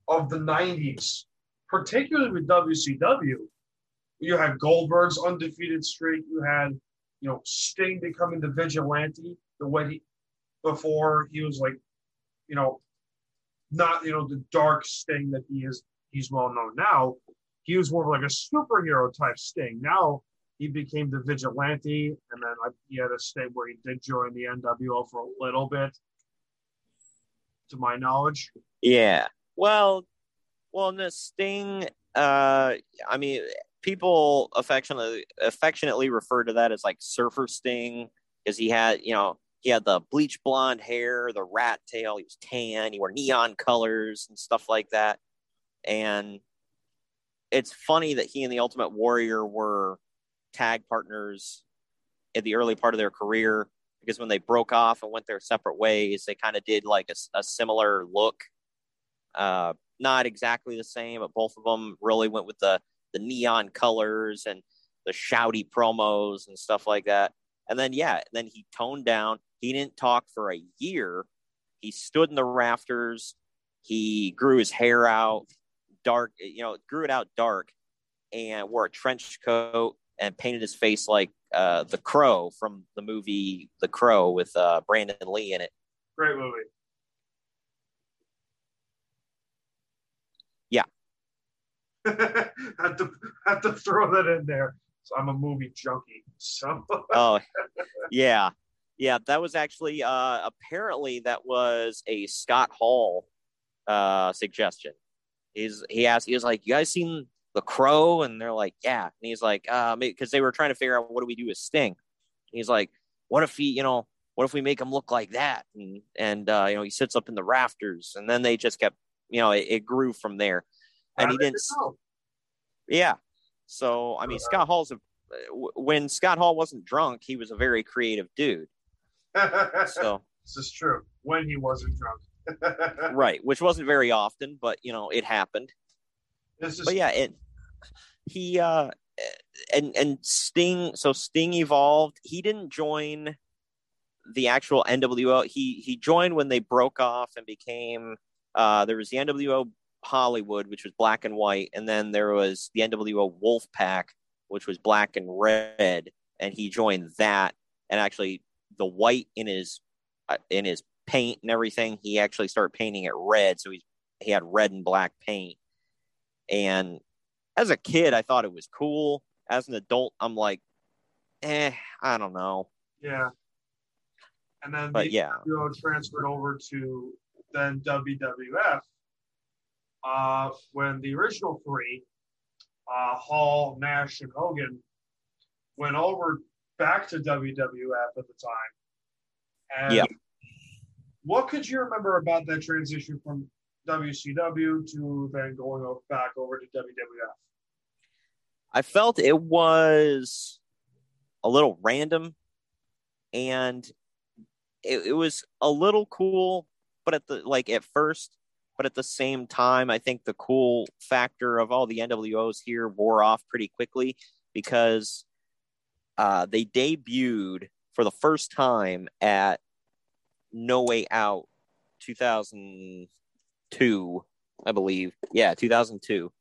of the nineties, particularly with WCW, you had Goldberg's undefeated streak, you had, you know, Sting becoming the vigilante the way he before he was like, you know, not, you know, the dark Sting that he is he's well known now he was more of like a superhero type sting. Now he became the vigilante, and then I, he had a stint where he did join the NWO for a little bit, to my knowledge. Yeah. Well, well, and the Sting. Uh, I mean, people affectionately affectionately refer to that as like Surfer Sting because he had, you know, he had the bleach blonde hair, the rat tail. He was tan. He wore neon colors and stuff like that. And it's funny that he and the Ultimate Warrior were tag partners in the early part of their career because when they broke off and went their separate ways, they kind of did like a s a a similar look uh, not exactly the same, but both of them really went with the the neon colors and the shouty promos and stuff like that. And then yeah, then he toned down. He didn't talk for a year. He stood in the rafters. He grew his hair out dark, you know, grew it out dark, and wore a trench coat and painted his face like uh, the Crow from the movie The Crow with uh, Brandon Lee in it. Great movie. Yeah. had to had to throw that in there. So I'm a movie junkie. So oh yeah yeah that was actually uh apparently that was a scott hall uh suggestion he's he asked he was like you guys seen the crow and they're like yeah and he's like uh because they were trying to figure out what do we do with sting and he's like what if he you know what if we make him look like that and and uh you know he sits up in the rafters and then they just kept you know it, it grew from there and he didn't Yeah. So I mean, Scott Hall's a w- when Scott Hall wasn't drunk, he was a very creative dude. So This is true. When he wasn't drunk. right, which wasn't very often, but you know it happened. This is but yeah, it he uh and and Sting. So Sting evolved. He didn't join the actual NWO. He he joined when they broke off and became uh there was the NWO Hollywood, which was black and white, and then there was the NWO Wolfpack, which was black and red, and he joined that. And actually, the white in his uh, in his paint and everything, he actually started painting it red. So he's he had red and black paint. And as a kid, I thought it was cool. As an adult, I'm like, eh, I don't know. Yeah. And then But the yeah. NWO transferred over to then WWF uh, when the original three, uh, Hall, Nash, and Hogan, went over back to WWF at the time. And Yeah. what could you remember about that transition from WCW to then going o- back over to WWF? I felt it was a little random and it, it was a little cool, but at the like at first, but at the same time, I think the cool factor of all the NWOs here wore off pretty quickly because uh, they debuted for the first time at No Way Out 2002, I believe. Yeah, 2002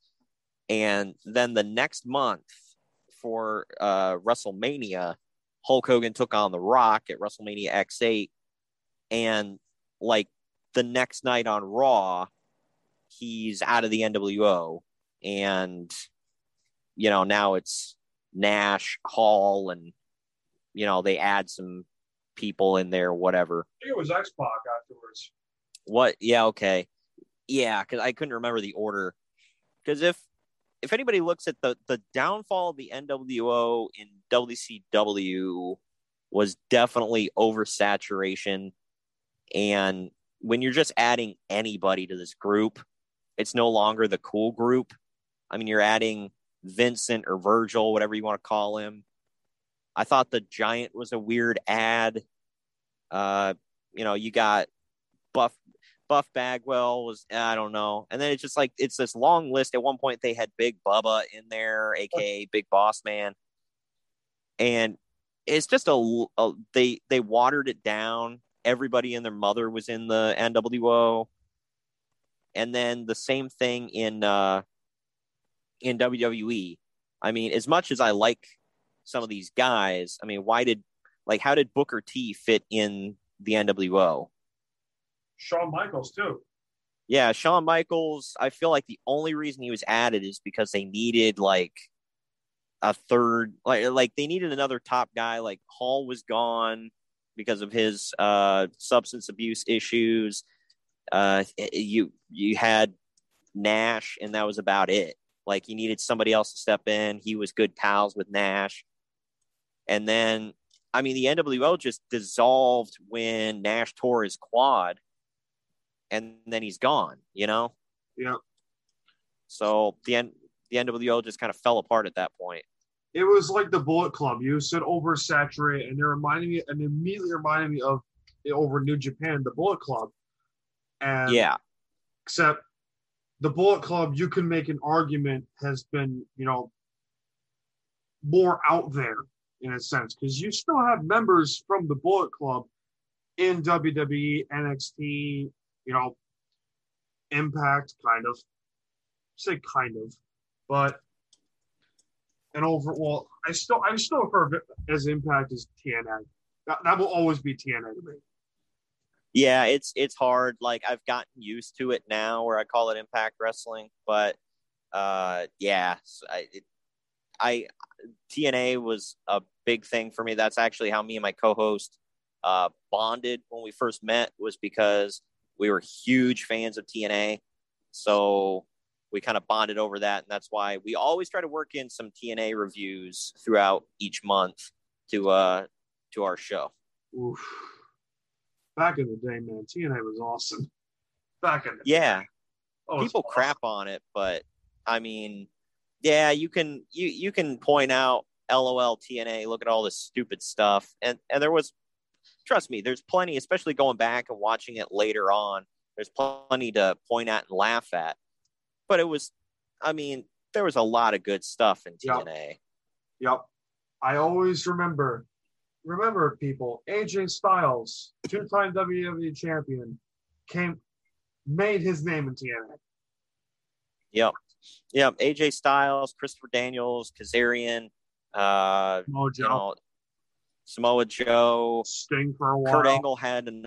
and then the next month for uh, WrestleMania, Hulk Hogan took on The Rock at WrestleMania X8, and like the next night on Raw, he's out of the NWO, and you know now it's Nash, Hall, and you know they add some people in there, whatever. I think it was X Pac afterwards. What? Yeah, okay. Yeah, because I couldn't remember the order. Because if if anybody looks at the the downfall of the NWO in WCW was definitely oversaturation, and when you're just adding anybody to this group, it's no longer the cool group. I mean, you're adding Vincent or Virgil, whatever you want to call him. I thought the Giant was a weird ad. Uh, you know, you got Buff Buff Bagwell was eh, I don't know, and then it's just like it's this long list. At one point, they had Big Bubba in there, aka Big Boss Man, and it's just a, l- a- they they watered it down. Everybody and their mother was in the NWO, and then the same thing in uh, in WWE. I mean, as much as I like some of these guys, I mean, why did like how did Booker T fit in the NWO? Shawn Michaels, too. Yeah, Shawn Michaels, I feel like the only reason he was added is because they needed like a third like like they needed another top guy. Like Hall was gone because of his uh substance abuse issues. Uh you you had Nash and that was about it. Like you needed somebody else to step in. He was good pals with Nash. And then I mean the NWO just dissolved when Nash tore his quad and then he's gone, you know? Yeah. So the N- the NWO just kind of fell apart at that point. it was like the Bullet Club. You said oversaturate, and it reminded me, and immediately reminded me of over New Japan, the Bullet Club. And yeah. except the Bullet Club, you can make an argument has been, you know, more out there in a sense because you still have members from the Bullet Club in E, WWE, NXT, you know, Impact, kind of. Say kind of, but and over. Well, I still I'm still for as Impact as TNA. That, that will always be TNA to me. Yeah, it's it's hard. Like I've gotten used to it now where I call it impact wrestling, but uh yeah, s- I it, I TNA was a big thing for me. That's actually how me and my co-host uh bonded when we first met was because we were huge fans of TNA. So we kind of bonded over that and that's why we always try to work in some TNA reviews throughout each month to uh to our show. Oof. Back in the day, man, TNA was awesome. Back in the Yeah. Oh, it's people crap on it, but I mean, yeah, you can you you can point out LOL TNA. Look at all this stupid stuff, and and there was, trust me, there's plenty, especially going back and watching it later on. There's plenty to point at and laugh at, but it was, I mean, there was a lot of good stuff in Yep. TNA. Yep. I always remember, remember people, AJ Styles, two time WWE E champion, came, made his name in TNA. Yep. Yep. AJ Styles, Christopher Daniels, Kazarian, uh, Samoa Joe. Samoa Joe, Sting for a while. Kurt Angle had an.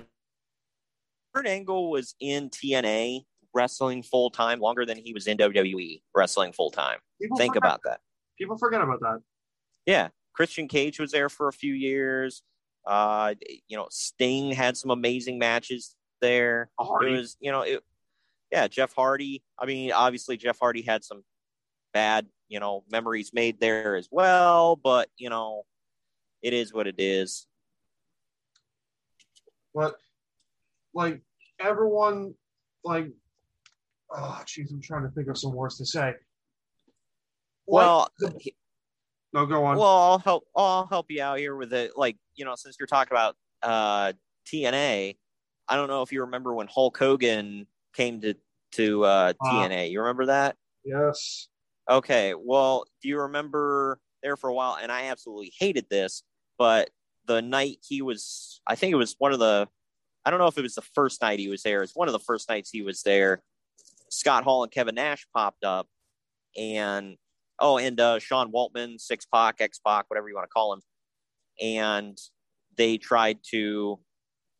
Kurt Angle was in TNA wrestling full time longer than he was in WWE wrestling full time. People Think forget- about that. People forget about that. Yeah. Christian Cage was there for a few years. Uh, you know, Sting had some amazing matches there. Hardy. It was, you know, it, yeah, Jeff Hardy. I mean, obviously, Jeff Hardy had some bad, you know, memories made there as well, but, you know, it is what it is. But like everyone, like, oh, jeez, I'm trying to think of some words to say. Well, no, go on. Well, I'll help. I'll help you out here with it. Like you know, since you're talking about uh, TNA, I don't know if you remember when Hulk Hogan came to to uh, Ah. TNA. You remember that? Yes. Okay. Well, do you remember there for a while? And I absolutely hated this, but the night he was, I think it was one of the, I don't know if it was the first night he was there. It's one of the first nights he was there. Scott Hall and Kevin Nash popped up, and oh, and uh, Sean Waltman, Six Pac, X Pac, whatever you want to call him, and they tried to,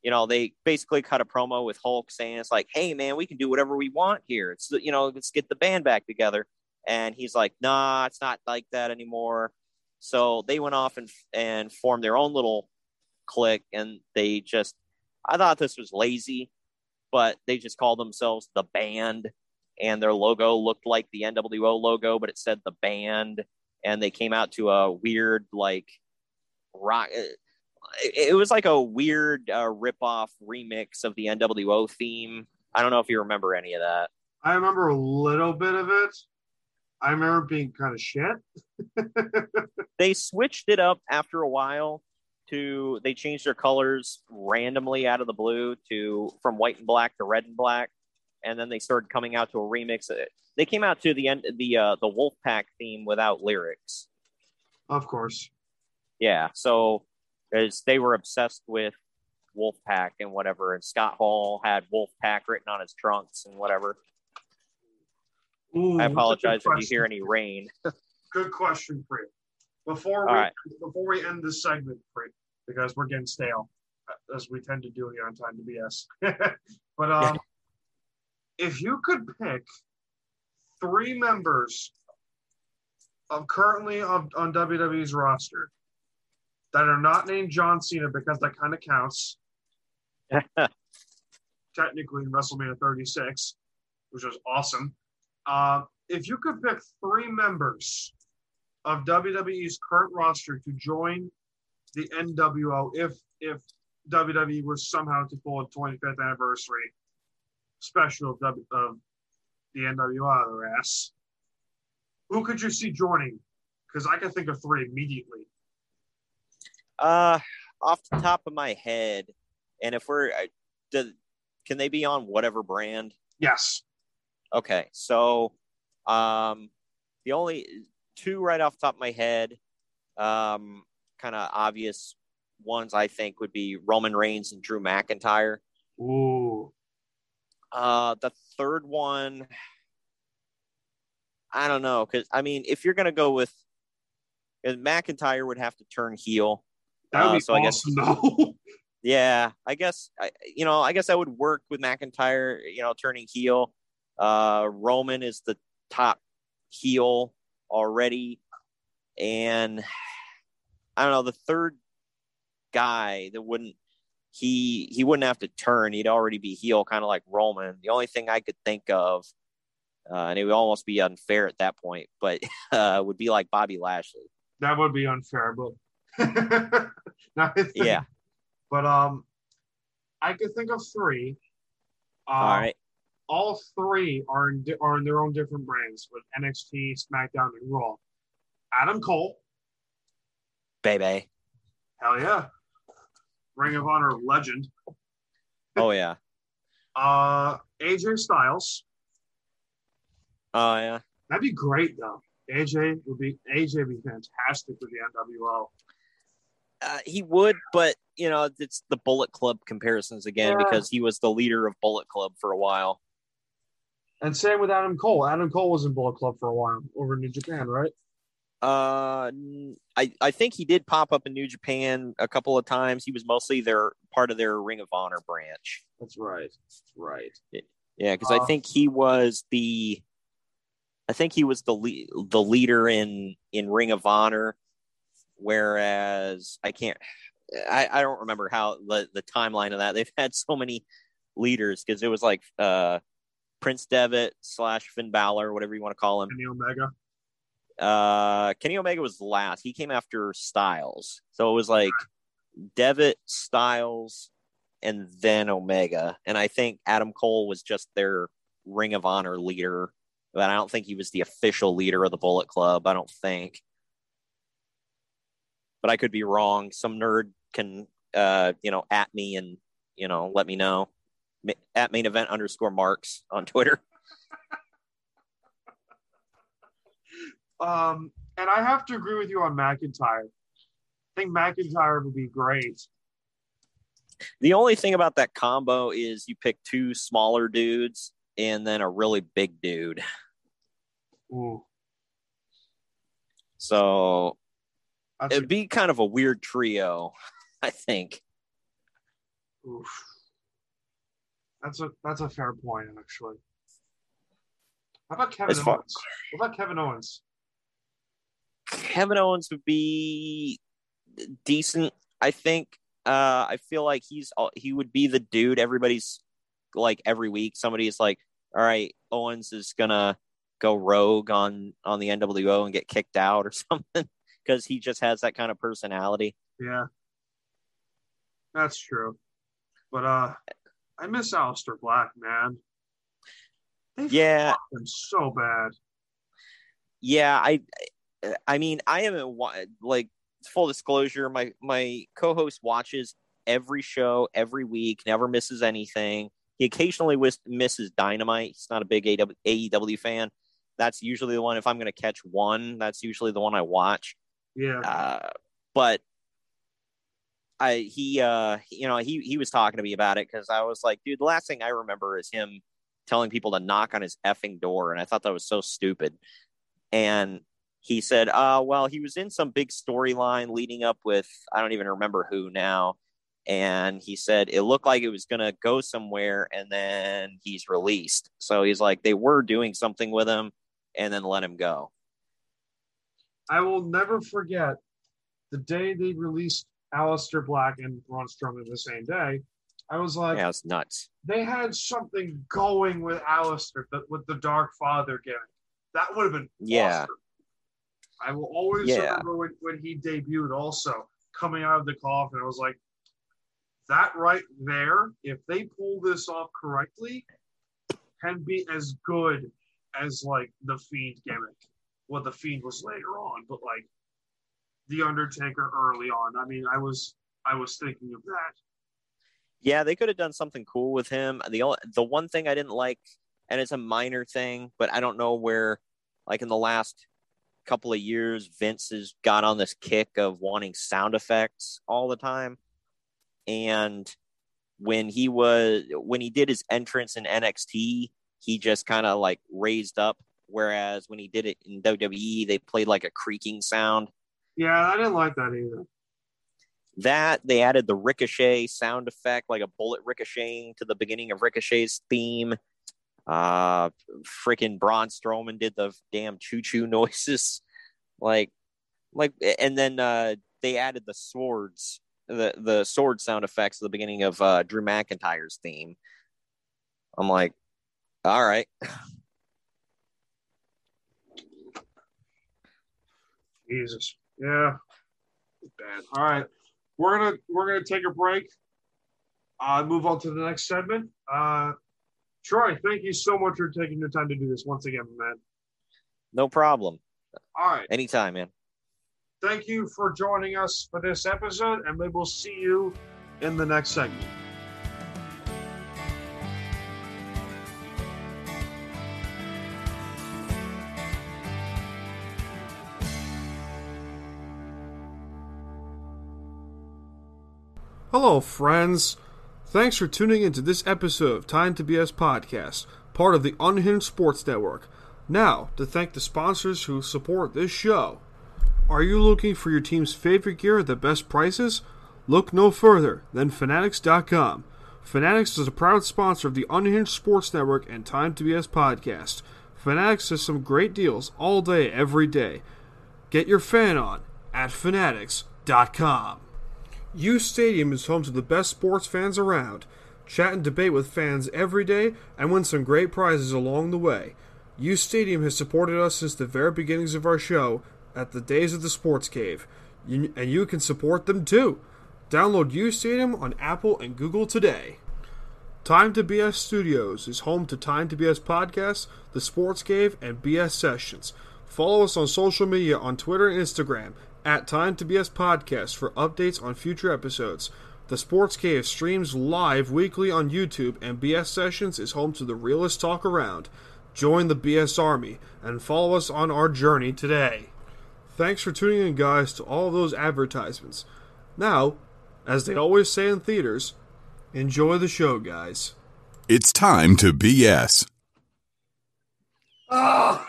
you know, they basically cut a promo with Hulk saying it's like, hey man, we can do whatever we want here. It's you know, let's get the band back together, and he's like, nah, it's not like that anymore. So they went off and and formed their own little clique, and they just, I thought this was lazy, but they just called themselves the band, and their logo looked like the NWO logo, but it said the band, and they came out to a weird like rock. It, it was like a weird uh, rip-off remix of the NWO theme. I don't know if you remember any of that. I remember a little bit of it. I remember being kind of shit. they switched it up after a while to they changed their colors randomly out of the blue to from white and black to red and black and then they started coming out to a remix of it. they came out to the end the uh the wolfpack theme without lyrics Of course. yeah so 'cause they were obsessed with wolfpack and whatever and scott hall had wolfpack written on his trunks and whatever Ooh, i that's a good apologize if you question. hear any rain Good question, for you. Before we All right. before we end this segment, Fred, because we're getting stale, as we tend to do here on Time to BS. but um, if you could pick three members of currently on, on WWE's roster that are not named John Cena because that kind of counts technically in WrestleMania 36, which was awesome. Uh, if you could pick three members of WWE's current roster to join the NWO, if if WWE were somehow to pull a 25th anniversary special of, w, of the NWO out of their ass, who could you see joining? Because I can think of three immediately. Uh, off the top of my head, and if we're, I- do, can they be on whatever brand? Yes. Okay, so, um, the only two right off the top of my head, um, kind of obvious ones I think would be Roman Reigns and Drew McIntyre. Ooh. Uh, the third one, I don't know, because I mean, if you're gonna go with, 'cause McIntyre would have to turn heel. That would Uh, be so I guess- awesome, though. Yeah, I guess I, you know, I guess I would work with McIntyre, you know, turning heel. Uh Roman is the top heel already. And I don't know, the third guy that wouldn't he he wouldn't have to turn. He'd already be heel, kind of like Roman. The only thing I could think of, uh, and it would almost be unfair at that point, but uh would be like Bobby Lashley. that would be unfair, but Now I think- Yeah. But um, I could think of three. Um, All right. all three are in, di- are in their own different brands with NXT, SmackDown, and Raw. Adam Cole, baby. hell yeah, Ring of Honor legend. Oh yeah. Uh, AJ Styles. Oh yeah. That'd be great though. AJ would be AJ would be fantastic for the NWO. Uh, he would, but you know, it's the Bullet Club comparisons again Yeah. because he was the leader of Bullet Club for a while. And same with Adam Cole. Adam Cole was in Bullet Club for a while over in New Japan, right? Uh, n- I I think he did pop up in New Japan a couple of times. He was mostly their part of their Ring of Honor branch. That's right. That's right. Yeah, because Uh, I think he was the, I think he was the le- the leader in in Ring of Honor, whereas I can't, I I don't remember how the the timeline of that. They've had so many leaders because it was like uh Prince Devitt slash Finn Balor, whatever you want to call him. Kenny Omega. Uh, Kenny Omega was last. He came after Styles, so it was like Devitt, Styles, and then Omega. And I think Adam Cole was just their Ring of Honor leader, but I don't think he was the official leader of the Bullet Club. I don't think, but I could be wrong. Some nerd can, uh, you know, at me and you know, let me know Ma- at main event underscore marks on Twitter. Um, and I have to agree with you on McIntyre. I think McIntyre would be great. The only thing about that combo is you pick two smaller dudes and then a really big dude. Ooh, So That's it'd be kind of a weird trio, I think. oof. That's a that's a fair point, actually. How about Kevin As far- Owens? What about Kevin Owens? Kevin Owens would be decent, I think. Uh, I feel like he's he would be the dude everybody's like every week somebody's like, all right, Owens is gonna go rogue on on the NWO and get kicked out or something because he just has that kind of personality. Yeah, that's true. But uh, I miss Aleister Black, man. They Yeah. fucked him so bad. yeah i i mean i haven't wa- like full disclosure my my co-host watches every show every week never misses anything he occasionally wis- misses dynamite he's not a big AW aew fan that's usually the one if i'm going to catch one that's usually the one i watch Yeah, uh, but I he uh you know he he was talking to me about it because I was like, dude, the last thing I remember is him telling people to knock on his effing door, and I thought that was so stupid. And he said, uh, well, he was in some big storyline leading up with I don't even remember who now. And he said it looked like it was gonna go somewhere, and then he's released. So he's like, they were doing something with him, and then let him go. I will never forget the day they released Aleister Black and Braun Strowman the same day. I was like, Yeah, it's nuts. they had something going with Alistair, but with the Dark Father gimmick. That would have been Yeah. awesome. I will always Yeah. remember when, when he debuted also coming out of the coffin. I was like, that right there, if they pull this off correctly, can be as good as like the Fiend gimmick. What the Fiend was later on, but like the Undertaker early on. I mean, I was I was thinking of that. Yeah, they could have done something cool with him. The only, the one thing I didn't like, and it's a minor thing, but I don't know where, like in the last couple of years, Vince has got on this kick of wanting sound effects all the time, and when he was when he did his entrance in NXT, he just kind of like raised up. Whereas when he did it in WWE, they played like a creaking sound. Yeah, I didn't like that either. that they added the ricochet sound effect like a bullet ricocheting to the beginning of ricochet's theme uh freaking Braun Strowman did the damn choo choo noises like like and then uh they added the swords the the sword sound effects at the beginning of uh Drew McIntyre's theme I'm like all right Jesus. Yeah. Bad. All right. We're gonna we're gonna take a break. Uh move on to the next segment. Uh Troy, thank you so much for taking the time to do this once again, man. No problem. All right. Anytime, man. Thank you for joining us for this episode, and we will see you in the next segment. Hello, friends. Thanks for tuning into this episode of Time to BS Podcast, part of the Unhinged Sports Network. Now, to thank the sponsors who support this show. Are you looking for your team's favorite gear at the best prices? Look no further than Fanatics.com. Fanatics is a proud sponsor of the Unhinged Sports Network and Time to BS Podcast. Fanatics has some great deals all day, every day. Get your fan on at Fanatics.com. U Stadium is home to the best sports fans around. Chat and debate with fans every day and win some great prizes along the way. U Stadium has supported us since the very beginnings of our show at the days of the Sports Cave, You- and you can support them too. Download U Stadium on Apple and Google today. Time to BS Studios is home to Time to BS Podcasts, The Sports Cave, and BS Sessions. Follow us on social media on Twitter and Instagram at Time to BS Podcast for updates on future episodes. The Sports Cave streams live weekly on YouTube, and BS Sessions is home to the realest talk around. Join the BS Army and follow us on our journey today. Thanks for tuning in, guys, to all those advertisements. Now, as they always say in theaters, enjoy the show, guys. It's time to BS. Oh.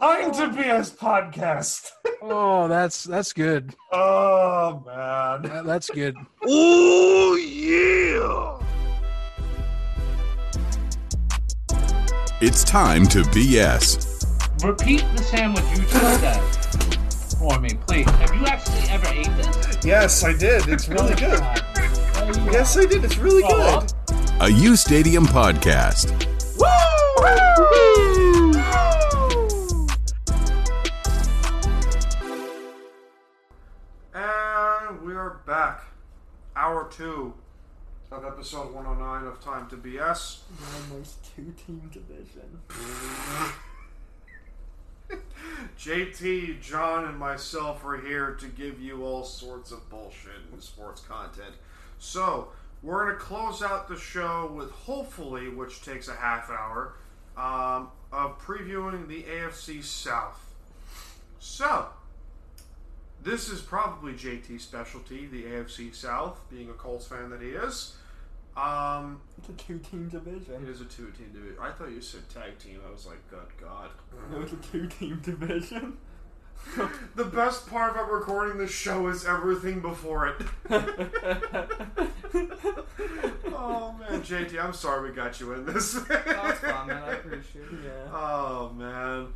Time to BS podcast. Oh, that's that's good. Oh man, That- that's good. Oh yeah. It's time to BS. Repeat the sandwich you just said for me, please. Have you actually ever ate this? Yes, I did. It's really good. Yes, I did. It's really good. A U Stadium podcast. And we are back. Hour two of episode 109 of Time to BS. Almost two team division. JT, John, and myself are here to give you all sorts of bullshit and sports content. So, we're going to close out the show with hopefully, which takes a half hour, um, of previewing the AFC South. So, this is probably JT's specialty, the AFC South, being a Colts fan that he is. Um, it's a two team division. It is a two team division. I thought you said tag team. I was like, good God. It was a two team division. The best part about recording this show is everything before it. oh man, JT, I'm sorry we got you in this. That's fine, man. I appreciate it. Oh man.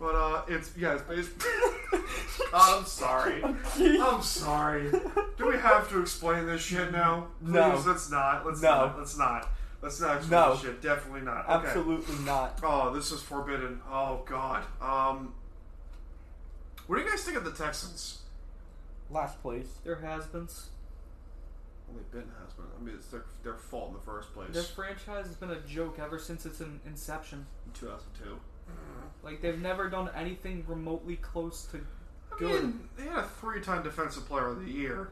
But uh it's yeah, it's basically I'm sorry. I'm sorry. Do we have to explain this shit now? Please, No. let's not. Let's No. not. Let's not. Let's not explain No. this shit. Definitely not. Okay. Absolutely not. Oh, this is forbidden. Oh god. Um What do you guys think of the Texans? Last place. There has beens. Well, they've been has been. I mean, it's their, their fault in the first place. Their franchise has been a joke ever since its in- inception. In 2002. Like they've never done anything remotely close to I good. mean, they had a three-time defensive player of the year.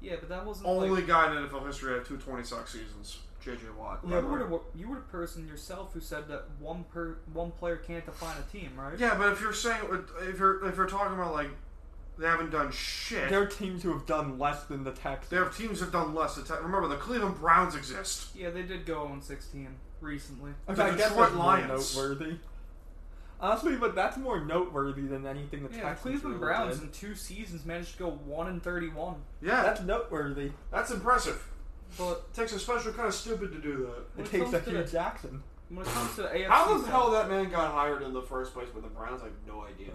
yeah, but that wasn't Only Like, guy in NFL history to have two 20 sack seasons. JJ Watt. by you the were, way. the- you were the person yourself who said that one per one player can't define a team, right? Yeah, but if you're saying if you're if you're talking about like they haven't done shit, There are teams who have done less than the Texans. there are teams that have done less. Attack. Remember, the Cleveland Browns exist. Yeah, they did go on 16 recently. Okay, The I guess Detroit that's more Lions. noteworthy. Honestly, but that's more noteworthy than anything the Yeah, the Texans Cleveland really Browns did. in two seasons managed to go one and 31. Yeah, That's noteworthy. that's impressive. But It takes a special kind of stupid to do It that. takes a comes to Hugh the- Jackson. when it comes to AFC, How the South- hell that man got hired in the first place with the Browns? I have no idea.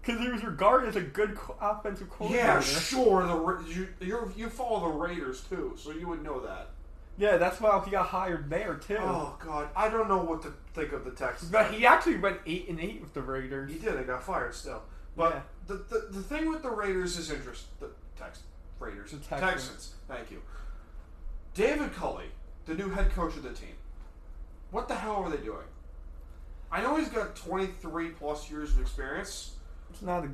Because he was regarded as a good co- offensive coordinator. Yeah, sure. The Ra- you you're, you follow the Raiders too, so you would know that. Yeah, that's why he got hired there too. Oh God, I don't know what to think of the Texans. But he actually went eight and eight with the Raiders. He did. They got fired still. But Yeah. the, the the thing with the Raiders is interest. The Tex Raiders. The Texans. Texans. Thank you. David Culley the new head coach of the team. What the hell are they doing? I know he's got 23 plus years of experience. It's not a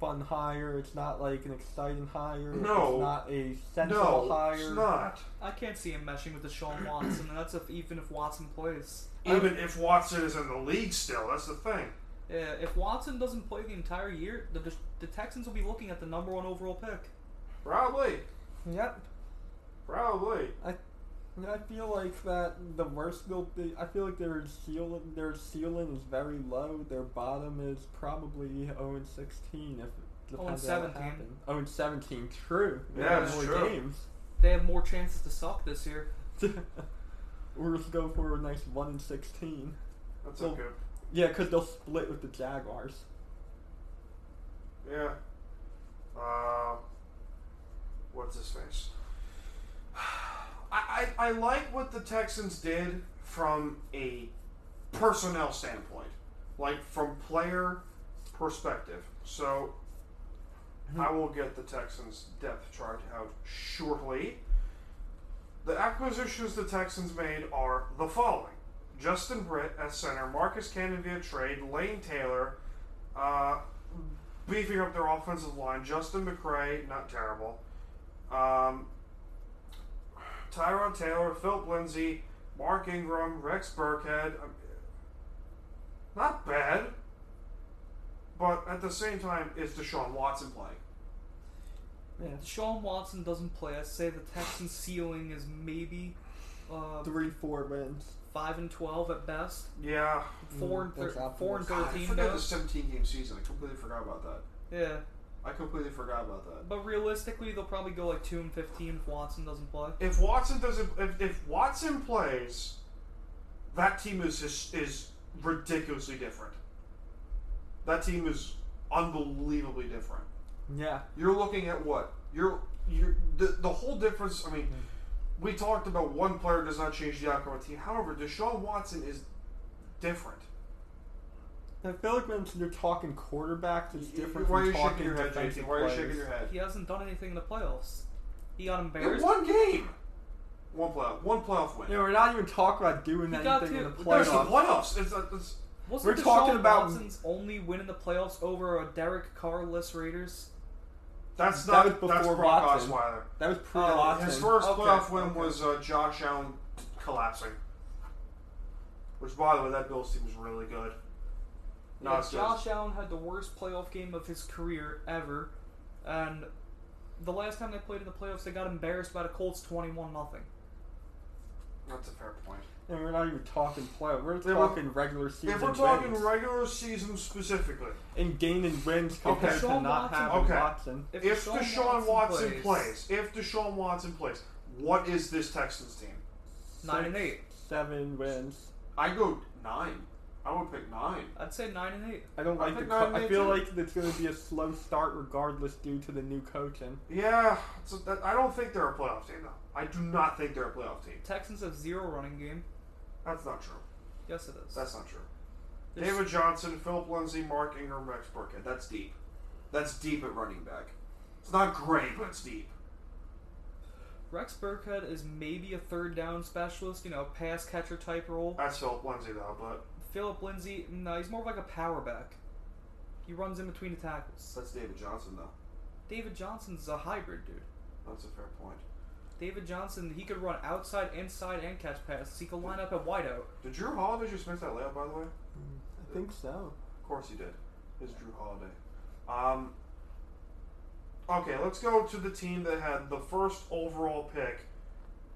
fun hire. It's not like an exciting hire. No. It's not a sensible No, hire. it's not. I can't see him meshing with the Deshaun Watson, and that's if, even if Watson plays. Even if Watson is in the league still, that's the thing. Yeah, if Watson doesn't play the entire year, the, the Texans will be looking at the number one overall pick. Probably. Yep. Probably. I, I feel like that the worst they'll be. I feel like their ceiling, their ceiling is very low. Their bottom is probably 0 and 16 if it Oh, and depends on what 17. happened. 0 and 17, true. They Yeah, have it's more true. games. They have more chances to suck this year. Or just go for a nice 1 and 16. That's They'll- okay. Yeah, because they'll split with the Jaguars. Yeah. Uh, what's his face? I, I, I like what the Texans did from a personnel standpoint, like from player perspective. So I will get the Texans depth chart out shortly. The acquisitions the Texans made are the following: Justin Britt at center, Marcus Cannon via trade, Lane Taylor, uh, beefing up their offensive line. Justin McRae, not terrible. Um, Tyron Taylor, Philip Lindsay, Mark Ingram, Rex Burkhead. Um, Not bad. But at the same time, is Deshaun Watson playing? Yeah. Deshaun Watson doesn't play. I say the Texans' ceiling is maybe uh, Three, four wins. five and twelve at best. Yeah. Four and thir- that's four and God, I thirteen. forgot though. the 17 game season. I completely forgot about that. Yeah, I completely forgot about that. but realistically, they'll probably go like two and fifteen if Watson doesn't play. If Watson doesn't, if, if Watson plays, that team is is, is ridiculously different. That team is unbelievably different. Yeah. You're looking at what you're you're the, the whole difference. I mean, we talked about one player does not change the outcome of the team. However, Deshaun Watson is different. I feel like when you're talking quarterbacks, it's different Why are from you shaking talking your head, JT? defensive Why are you shaking players. your head? He hasn't done anything in the playoffs. He got In embarrassed. one game, one playoff, one playoff win. Yeah, we're not even talking about doing He got anything in to- the There's the playoffs. playoffs. It's, a- it's, Wasn't We're Deshaun talking about- Watson's only win in the playoffs over a Derek Carr-less Raiders. that's That not was that's before Brock Watson. Osweiler. That was pre Uh, Watson. His first Okay, playoff win okay. was uh, Josh Allen collapsing. Which, by the way, that Bills team is really good. No, Yeah, it's Josh just- Allen had the worst playoff game of his career ever, and the last time they played in the playoffs, they got embarrassed by the Colts twenty-one nothing. That's a fair point. And we're not even talking playoff. We're They were- talking regular season. If we're talking wins. regular season specifically, and gaining wins compared to Deshaun not Watson- having Okay. Watson. If if, Deshaun Deshaun, Watson Watson, plays- plays, if Deshaun Watson plays, what is this Texans team? Nine and Six, eight. Seven wins. I go nine. I would pick nine. I'd say nine and eight. I don't I like the. think Co- nine I and feel eight, like it's going to be a slow start regardless due to the new coaching. Yeah, so that, I don't think they're a playoff team though. I do not think they're a playoff team. Texans have zero running game. That's not true. Yes, it is. That's not true. There's- David Johnson, Philip Lindsay, Mark Ingram, Rex Burkhead. That's deep. That's deep at running back. It's not great, but it's deep. Rex Burkhead is maybe a third down specialist, you know, pass catcher type role. Uh, That's Philip Lindsay though, but Philip Lindsay, no, he's more of like a power back. He runs in between the tackles. that's David Johnson though. David Johnson's a hybrid dude. That's a fair point. David Johnson, he could run outside, inside, and catch passes. He could line up at wideout. Did Drew Holiday just miss that layup, by the way? I think so. Of course he did. It's Drew Holiday. Um, okay, let's go to the team that had the first overall pick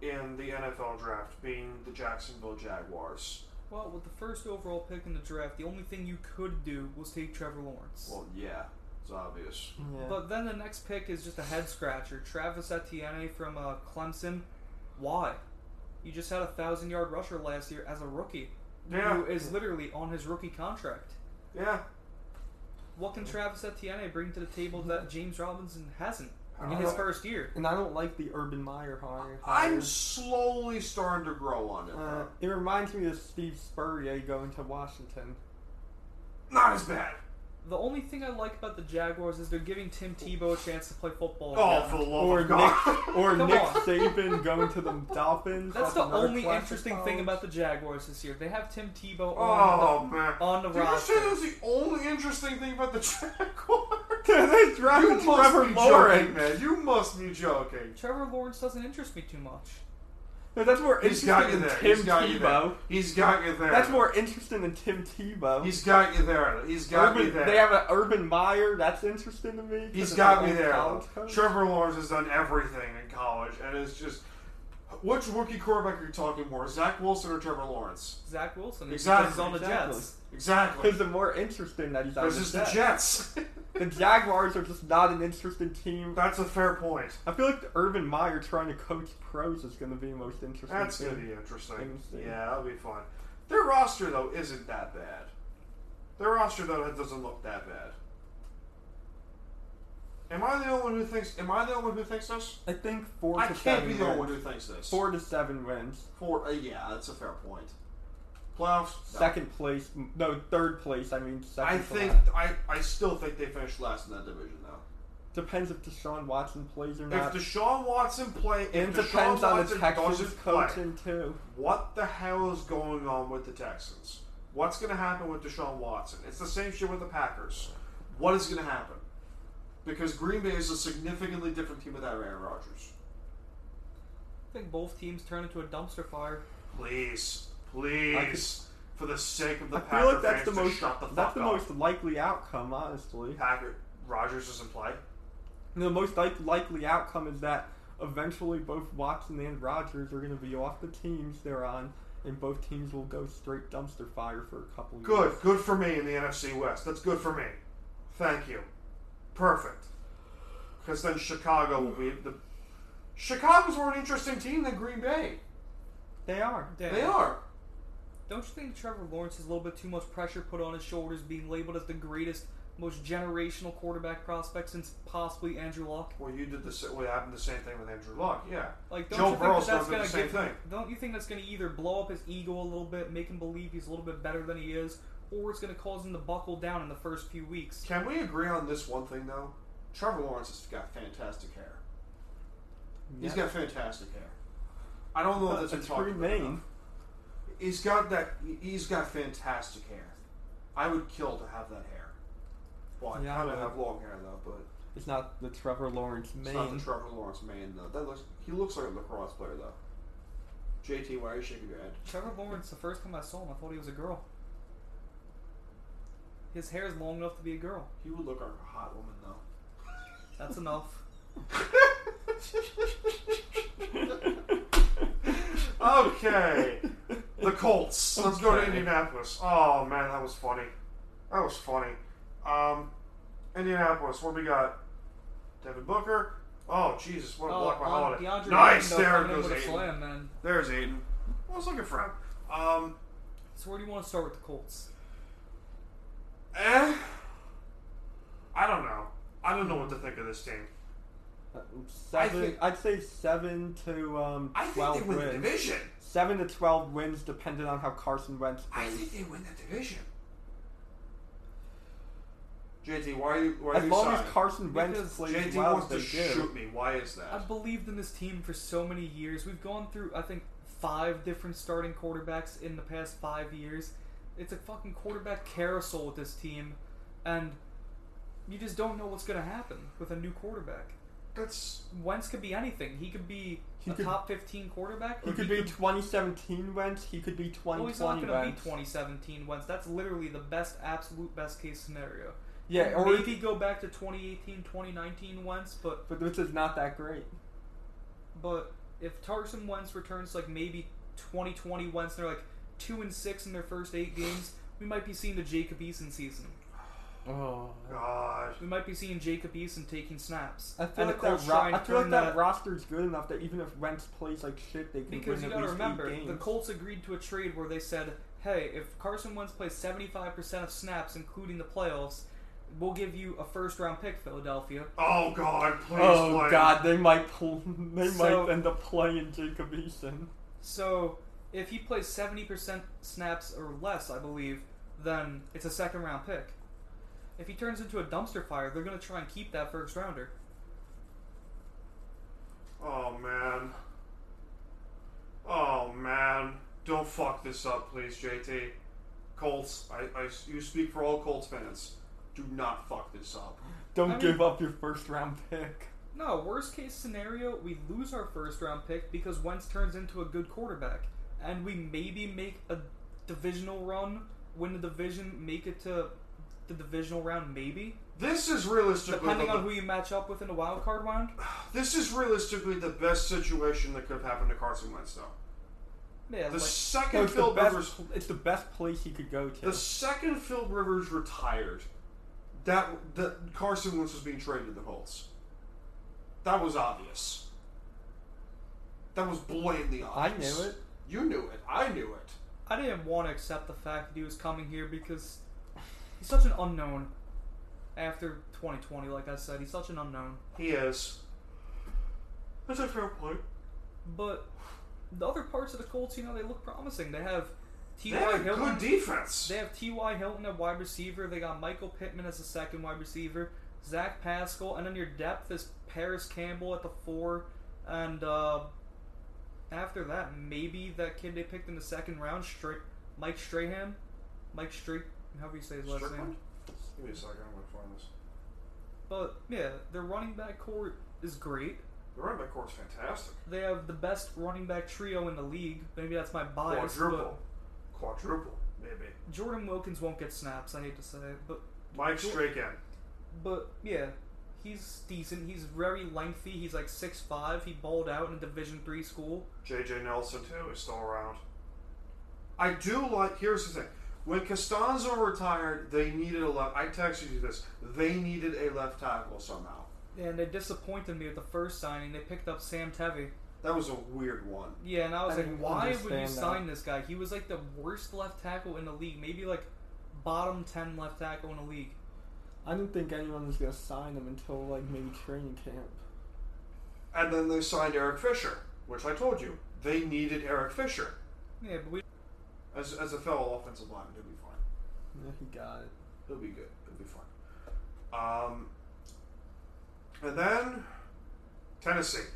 in the NFL draft, being the Jacksonville Jaguars. Well, with the first overall pick in the draft, the only thing you could do was take Trevor Lawrence. Well, yeah, it's obvious. Yeah. But then the next pick is just a head scratcher. Travis Etienne from uh, Clemson. Why? You just had a thousand yard rusher last year as a rookie, Yeah. who is literally on his rookie contract. Yeah. What can Travis Etienne bring to the table that James Robinson hasn't in I his Uh-huh. don't- first year? and I don't like the Urban Meyer hire. I'm hire. slowly starting to grow on it. Uh, though. it reminds me of Steve Spurrier going to Washington. Not as bad. The only thing I like about the Jaguars is they're giving Tim Tebow a chance to play football. Oh, again. for the love Or of God. Nick, or Come Nick on. Saban going to the Dolphins. That's the another only classic interesting thing college. about the Jaguars this year. They have Tim Tebow Oh, on the, man. on the Did you roster. say that was the only interesting thing about the Jaguars? they you must drafted Trevor be Lawrence. joking, man. You must be joking. Trevor Lawrence doesn't interest me too much. No, that's more He's interesting got you than there. Tim He's got you there. Tebow. He's got you there. That's more interesting than Tim Tebow. He's got you there. He's got Urban- you there. They have an Urban Meyer. That's interesting to me. 'cause He's it's got an me old there. college though. coach. Trevor Lawrence has done everything in college, and it's just which rookie quarterback are you talking more, Zach Wilson or Trevor Lawrence? Zach Wilson. is Exactly. He's on the Exactly. Jets. Exactly. Because the more interesting that he's on This the is the Jets. Jets. The Jaguars are just not an interesting team. That's a fair point. I feel like the Urban Meyer trying to coach pros is going to be the most interesting. That's thing. gonna be interesting. Interesting. Yeah, that'll be fun. Their roster though isn't that bad. Their roster though doesn't look that bad. Am I the only one who thinks? Am I the only one who thinks this? I think four I to can't seven be the only one wins. who thinks this. Four to seven wins. Four. Uh, yeah, that's a fair point. Playoffs. no. Second place. No, third place. I mean, second. I to think last. I, I still think they finished last in that division though. depends if Deshaun Watson plays or not. If Deshaun Watson play, if and Deshaun depends on the Watson Texans doesn't play, coaching too. what the hell is going on with the Texans? What's going to happen with Deshaun Watson? It's the same shit with the Packers. What is going to happen? Because Green Bay is a significantly different team without Aaron Rodgers. I think both teams turn into a dumpster fire. Please, please, for the sake of the I Packers, feel like that's the most shut the fuck that's the up. most likely outcome, honestly. Packer Rodgers doesn't play. The most like, likely outcome is that eventually both Watson and Rogers are going to be off the teams they're on, and both teams will go straight dumpster fire for a couple years. Good, good for me in the NFC West. That's good for me. Thank you. Perfect. Because then Chicago will be the. Chicago's more an interesting team than Green Bay. They are. Damn. They are. Don't you think Trevor Lawrence is a little bit too much pressure put on his shoulders, being labeled as the greatest, most generational quarterback prospect since possibly Andrew Luck? Well, you did the sa- well, it happened the same thing with Andrew Luck. Yeah. Like, don't Joe you Burrow's think that that's done gonna the same give, thing. Don't you think that's gonna either blow up his ego a little bit, make him believe he's a little bit better than he is, or it's gonna cause him to buckle down in the first few weeks? Can we agree on this one thing though? Trevor Lawrence has got fantastic hair. He's Yeah. got fantastic hair. I don't know if that's been It's talked pretty about. mean. enough. He's got that. He's got fantastic hair. I would kill to have that hair. Well, I Yeah, I kind of would. have long hair though, but It's not the Trevor Lawrence it's not the main. Trevor Lawrence man though. That looks. He looks like a lacrosse player though. JT, why are you shaking your head? Trevor Lawrence, the first time I saw him, I thought he was a girl. His hair is long enough to be a girl. He would look like a hot woman though. That's enough. okay. The Colts. Let's go to Indianapolis. Oh man, that was funny. That was funny. Um, Indianapolis. What we got? Devin Booker. Oh Jesus, what a block by on Holiday. DeAndre nice. Ayton, though, There coming in goes with a Aiden. slam, man. There's Aiden. I was looking for him. Um, So where do you want to start with the Colts? eh. I don't know. I don't know what to think of this team. Uh, I Seven, think- I'd say seven to um, I think twelve they win wins. the division. Seven to twelve wins, depending on how Carson Wentz I plays. think they win the division. JT, why are you? Why are As you long as sighing? Carson Wentz Because plays JT well, wants they to do. shoot me. Why is that? I've believed in this team for so many years. We've gone through, I think, five different starting quarterbacks in the past five years. It's a fucking quarterback carousel with this team, and you just don't know what's going to happen with a new quarterback. That's Wentz could be anything. He could be He a could- top 15 quarterback. He or could be 2017 Wentz. He could be Well, he's not 2020 going to be Wentz. 2017 Wentz. That's literally the best, absolute best case scenario. Yeah, or Maybe go back to 2018, 2019 Wentz, but but this is not that great. But if Carson Wentz returns like maybe 2020 Wentz, and they're like two and six in their first eight games. We might be seeing the Jacob Eason season. Oh. God. We might be seeing Jacob Eason taking snaps. I feel and like the Colts that, ro- trying I to feel like turn that, that roster's good enough that even if Wentz plays like shit, they can because you win at got to least remember eight games. the Colts agreed to a trade where they said, "Hey, if Carson Wentz plays 75% of snaps, including the playoffs, we'll give you a first-round pick, Philadelphia." Oh God, please. oh play. God, they might pull. They So- might end up playing Jacob Eason. So if he plays 70% snaps or less, I believe, then it's a second-round pick. If he turns into a dumpster fire, they're going to try and keep that first rounder. Oh man. Oh man. Don't fuck this up, please, JT. Colts, I, I you speak for all Colts fans. Do not fuck this up. Don't I give mean- up your first round pick. No, worst case scenario, we lose our first round pick because Wentz turns into a good quarterback. And we maybe make a divisional run, win the division, make it to the divisional round, maybe. This is realistically Depending the- on who you match up with in the wild card round, This is realistically the best situation that could have happened to Carson Wentz, though. the Yeah, like- No, second it's, the Phil Rivers, best, it's the best place he could go to. the second Phil Rivers retired, that that Carson Wentz was being traded to the Colts. That was obvious. That was blatantly I obvious. knew it. You knew it. I knew it. I didn't want to accept the fact that he was coming here because he's such an unknown. After 2020, like I said, he's such an unknown. He is. That's a fair point. But the other parts of the Colts, you know, they look promising. They have They T.Y. have a Hilton. good defense. They have T.Y. Hilton at wide receiver. They got Michael Pittman as the second wide receiver. Zach Pascal. And then your depth is Paris Campbell at the four. And uh, after that, maybe that kid they picked in the second round, Stra- Mike Strahan. Mike Stra However you say his last name. Strickland? Give me a second. I'm gonna find this. But yeah, their running back core is great. The running back core's fantastic. They have the best running back trio in the league. Maybe that's my bias. Quadruple. Quadruple, maybe. But Jordan Wilkins won't get snaps. I hate to say it, but Mike Jor- Strahan. But yeah, he's decent. He's very lengthy. He's like six five. He balled out in a Division three school. JJ Nelson too is still around. I do like. Here's the thing: when Costanzo retired, they needed a left. I texted you this. They needed a left tackle somehow. And they disappointed me with the first signing. They picked up Sam Tevy. That was a weird one. Yeah, and I was I like, didn't why would you understand that. sign this guy? He was like the worst left tackle in the league. Maybe like bottom ten left tackle in the league. I didn't think anyone was gonna sign him until like maybe training camp. And then they signed Eric Fisher, which I told you they needed Eric Fisher Yeah, but we as, as a fellow offensive lineman. It'll be fine. Yeah, he got it. It'll be good. It'll be fine. Um, and then Tennessee.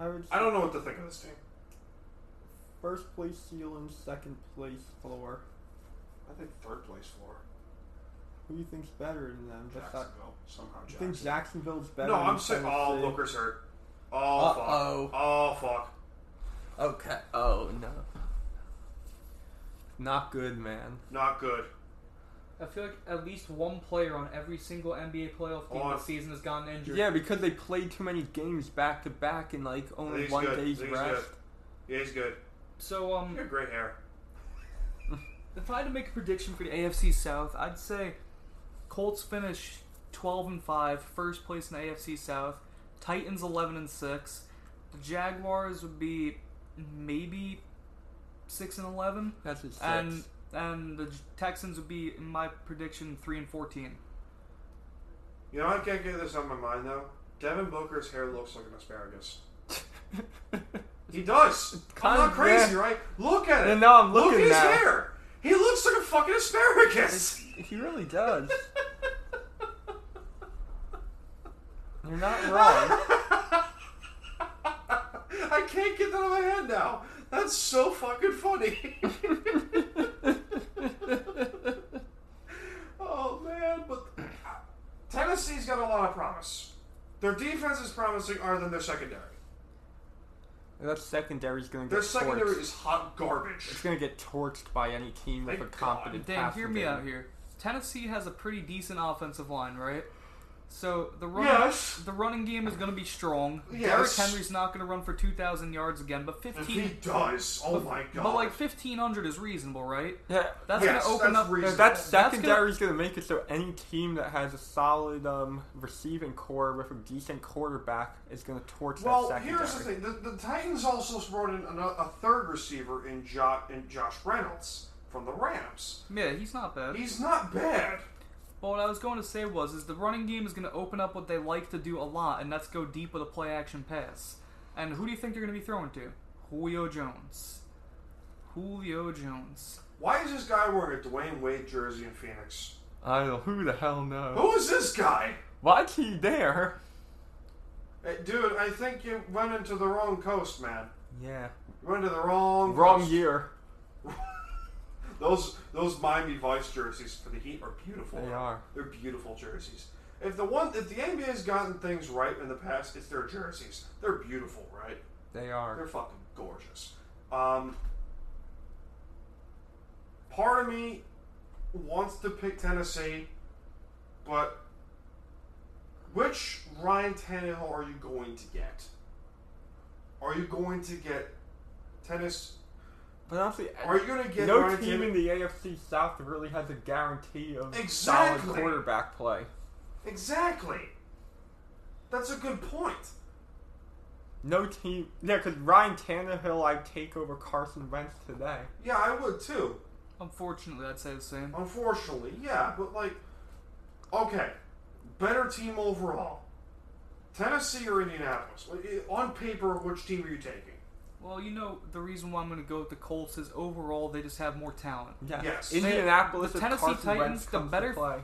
I would. I don't know what to think of this team. First place ceiling, second place floor. I think third place floor. Who do you think's better than them? That's not- Jacksonville somehow. you think Jacksonville. Jacksonville's better? No, than I'm saying. Oh, Tennessee? Looker's hurt. Oh Uh-oh. fuck. Oh fuck. Okay. Oh no. Not good, man. Not good. I feel like at least one player on every single NBA playoff team Oh, this season has gotten injured. Yeah, because they played too many games back to back in like only He's one good. day's He's rest. good. Yeah, he's good. So You um, got great hair. if I had to make a prediction for the AFC South, I'd say Colts finish 12 and 5, first place in the AFC South. Titans 11 and 6. The Jaguars would be maybe 6 and 11, That's his six. and and the Texans would be, in my prediction, 3 and 14. You know, I can't get this out of my mind though. Devin Booker's hair looks like an asparagus. He does. I'm Kind not of, crazy, yeah. right? Look at No, it. no, I'm Look at looking his now. hair. He looks like a fucking asparagus. he really does. You're not wrong. I can't get that out of my head now. That's so fucking funny. oh man, but Tennessee's got a lot of promise. Their defense is promising, other than their secondary. that secondary's gonna get Their secondary torched. is hot garbage. It's gonna get torched by any team with a Thank God. competent. Dan, passing hear me game. out here. Tennessee has a pretty decent offensive line, right? So the run, Yes. the running game is going to be strong. Yes. Derrick Henry's not going to run for two thousand yards again, but If he fifteen. does, oh my god! But like fifteen hundred is reasonable, right? Yeah, That's Yes, going to open that's up. uh, reasonable. That gonna- secondary is going to make it so any team that has a solid um, receiving core with a decent quarterback is going to torch well, that secondary. here's the thing: the, the Titans also brought in another, a third receiver in, jo- in Josh Reynolds from the Rams. Yeah, he's not bad. He's not bad. But what I was going to say was, is the running game is going to open up what they like to do a lot, and that's go deep with a play action pass. And who do you think they're going to be throwing to? Julio Jones. Julio Jones. Why is this guy wearing a Dwayne Wade jersey in Phoenix? I don't know. Who the hell knows? Who is this guy? Why's he there? Hey, dude, I think you went into the wrong coast, man. Yeah. You went into the wrong Wrong coast. year. Those those Miami Vice jerseys for the Heat are beautiful. They are. They're beautiful jerseys. If the one if the NBA's gotten things right in the past, it's their jerseys. They're beautiful, right? They are. They're fucking gorgeous. Um, part of me wants to pick Tennessee, but which Ryan Tannehill are you going to get? Are you going to get tennis? But honestly, Are you gonna get no Ryan team Tannehill- in the AFC South really has a guarantee of Exactly. solid quarterback play? Exactly. That's a good point. No team, yeah, because Ryan Tannehill, I take over Carson Wentz today. Yeah, I would too. Unfortunately, I'd say the same. Unfortunately, yeah, but like, okay, better team overall. Tennessee or Indianapolis? On paper, which team are you taking? Well, you know the reason why I'm going to go with the Colts is overall they just have more talent. Yeah. Yes. Indianapolis the if Tennessee Carson Titans, Wentz the comes to better play.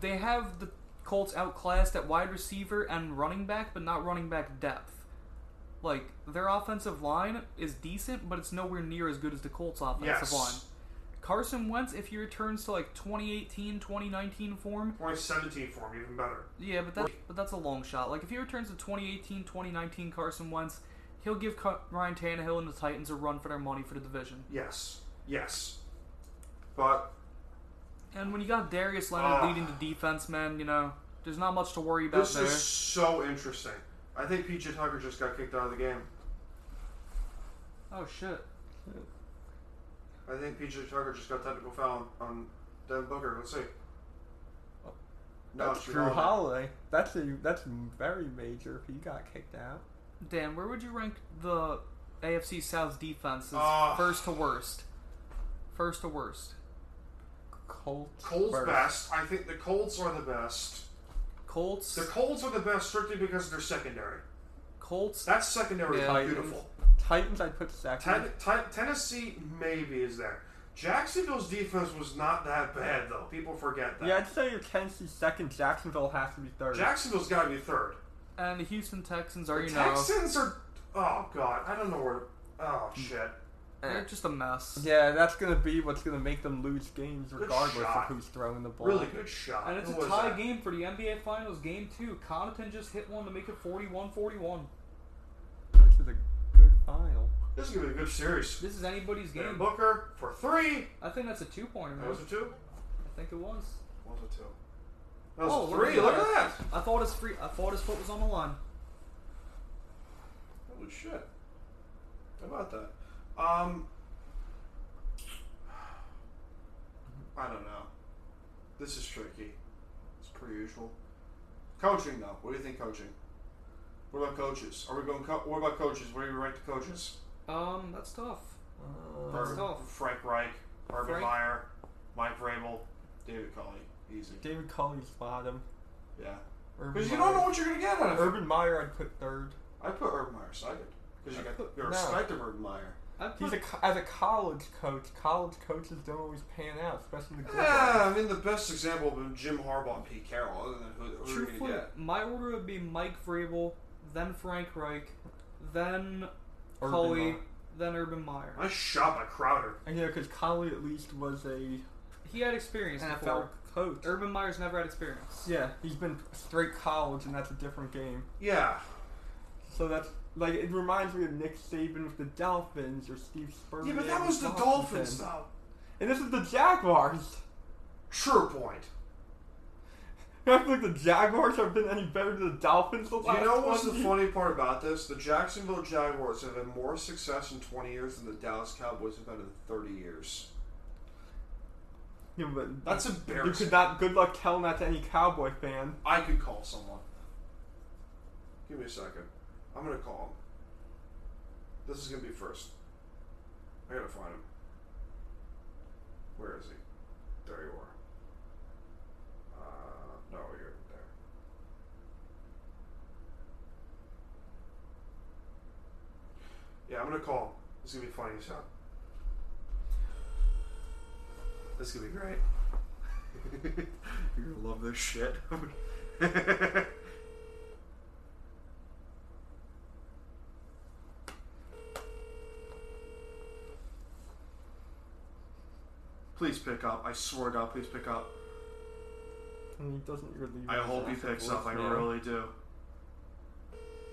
They have the Colts outclassed at wide receiver and running back, but not running back depth. Like their offensive line is decent, but it's nowhere near as good as the Colts' offensive Yes. line. Carson Wentz, if he returns to like 2018, 2019 form, 2017 form, even better. yeah, but that's but that's a long shot. Like if he returns to 2018, 2019 Carson Wentz, he'll give Car- Ryan Tannehill and the Titans a run for their money for the division. Yes. Yes. But And when you got Darius Leonard Ah. leading the defense, man, you know there's not much to worry about this there. is so interesting. I think PJ Tucker just got kicked out of the game. Oh shit. I think PJ Tucker just got technical foul on, on Devin Booker. Let's see. No, That's it's Drew Holiday. Holiday. That's a that's very major. If he got kicked out. Dan, where would you rank the AFC South defenses Ah. first to worst? First to worst. Colts. Colts best. I think the Colts are the best. Colts. The Colts are the best strictly because of their secondary. Colts. That secondary Titans. is beautiful. Titans, I put second. Ten, ten, Tennessee maybe is there. Jacksonville's defense was not that bad though. People forget that. yeah, I'd say your Tennessee second. Jacksonville has to be third. Jacksonville's got to be third. And the Houston Texans are, The you Texans are. Oh god, I don't know where. Oh shit. know, they're just a mess. Yeah, that's gonna be what's gonna make them lose games, regardless of shot. who's throwing the ball. Really good shot. And it's Who a was tie that? game for the NBA Finals, game two. Connaughton just hit one to make it 41-41. This is a good final. This is gonna be a good series. This is anybody's Devin game. Mm-hmm. Booker for three. I think that's a two-pointer. That was a man. two. I think it was. What was a two? That was Oh, a three. Look at that. I thought his free. I thought his foot was on the line. Holy shit. How about that? Um, I don't know. This is tricky. It's pretty usual. Coaching, though. What do you think, coaching? What about coaches? Are we going? Co- what about coaches? What do you rank the coaches? Um, that's tough. Uh, Urban- tough. Frank Reich, Urban Frank- Meyer, Mike Vrabel, David Culley. Easy. David Culley's bottom. Yeah. Urban Because you don't know Meyer- what you're gonna get out of it. Urban Meyer, I'd put third. I put Urban Meyer second because you I got put- the no. respect of Urban Meyer. I He's put, a, co- as a college coach. College coaches don't always pan out, especially the good Yeah, ones. I mean the best example would be Jim Harbaugh and Pete Carroll. Other than who, who are you truthfully, gonna get? my order would be Mike Vrabel, then Frank Reich, then Urban Cully, Meyer. then Urban Meyer. Nice shot by Crowder. And yeah, because Colley at least was a He had experience NFL before. coach. Urban Meyer's never had experience. Yeah, he's been straight college, and that's a different game. Yeah, So that's like it reminds me of Nick Saban with the Dolphins or Steve Spurrier. yeah, but that with was the Washington. Dolphins though. and this is the Jaguars. True point. I feel like the Jaguars have been any better than the Dolphins the Do you last know what's the 20 funny part about this? The Jacksonville Jaguars have had more success in 20 years than the Dallas Cowboys have had in 30 years. Yeah, but That's You embarrassing. could not. Good luck telling that to any Cowboy fan. I could call someone. Give me a second. I'm gonna call him. This is gonna be first. I gotta find him. Where is he? There you are. Uh, no, you're there. Yeah, I'm gonna call him. It's gonna be funny as hell. This could be great. You're gonna love this shit. please pick up. I swear to God, please pick up. And he doesn't really. I hope he picks up. I really do.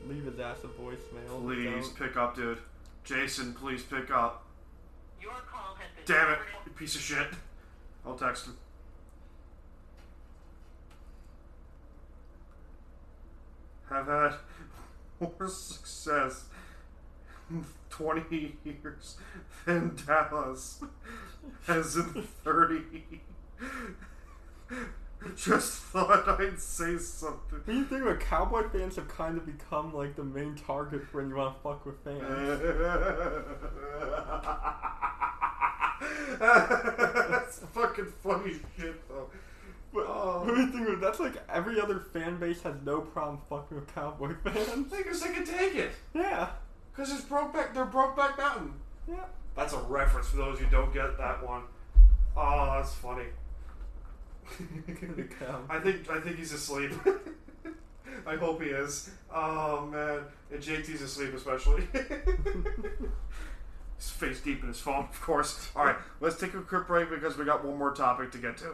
Leave his ass a voicemail. Please Don't. pick up, dude. Jason, please pick up. Your call has been Damn it, you piece of shit. I'll text him. Have had more success in 20 years than Dallas has in 30. Just thought I'd say something. Do you think that cowboy fans have kind of become like the main target when you want to fuck with fans? Uh, That's fucking funny shit, though. But what do you think of- that's like every other fan base has no problem fucking with cowboy fans. Because they can take it. Yeah. Because it's broke back. They're broke back mountain. Yeah. That's a reference for those who don't get that one. Oh, that's funny. I think I think he's asleep. I hope he is. Oh man, and JT's asleep especially. his face deep in his phone, of course. All right, let's take a quick break because we got one more topic to get to.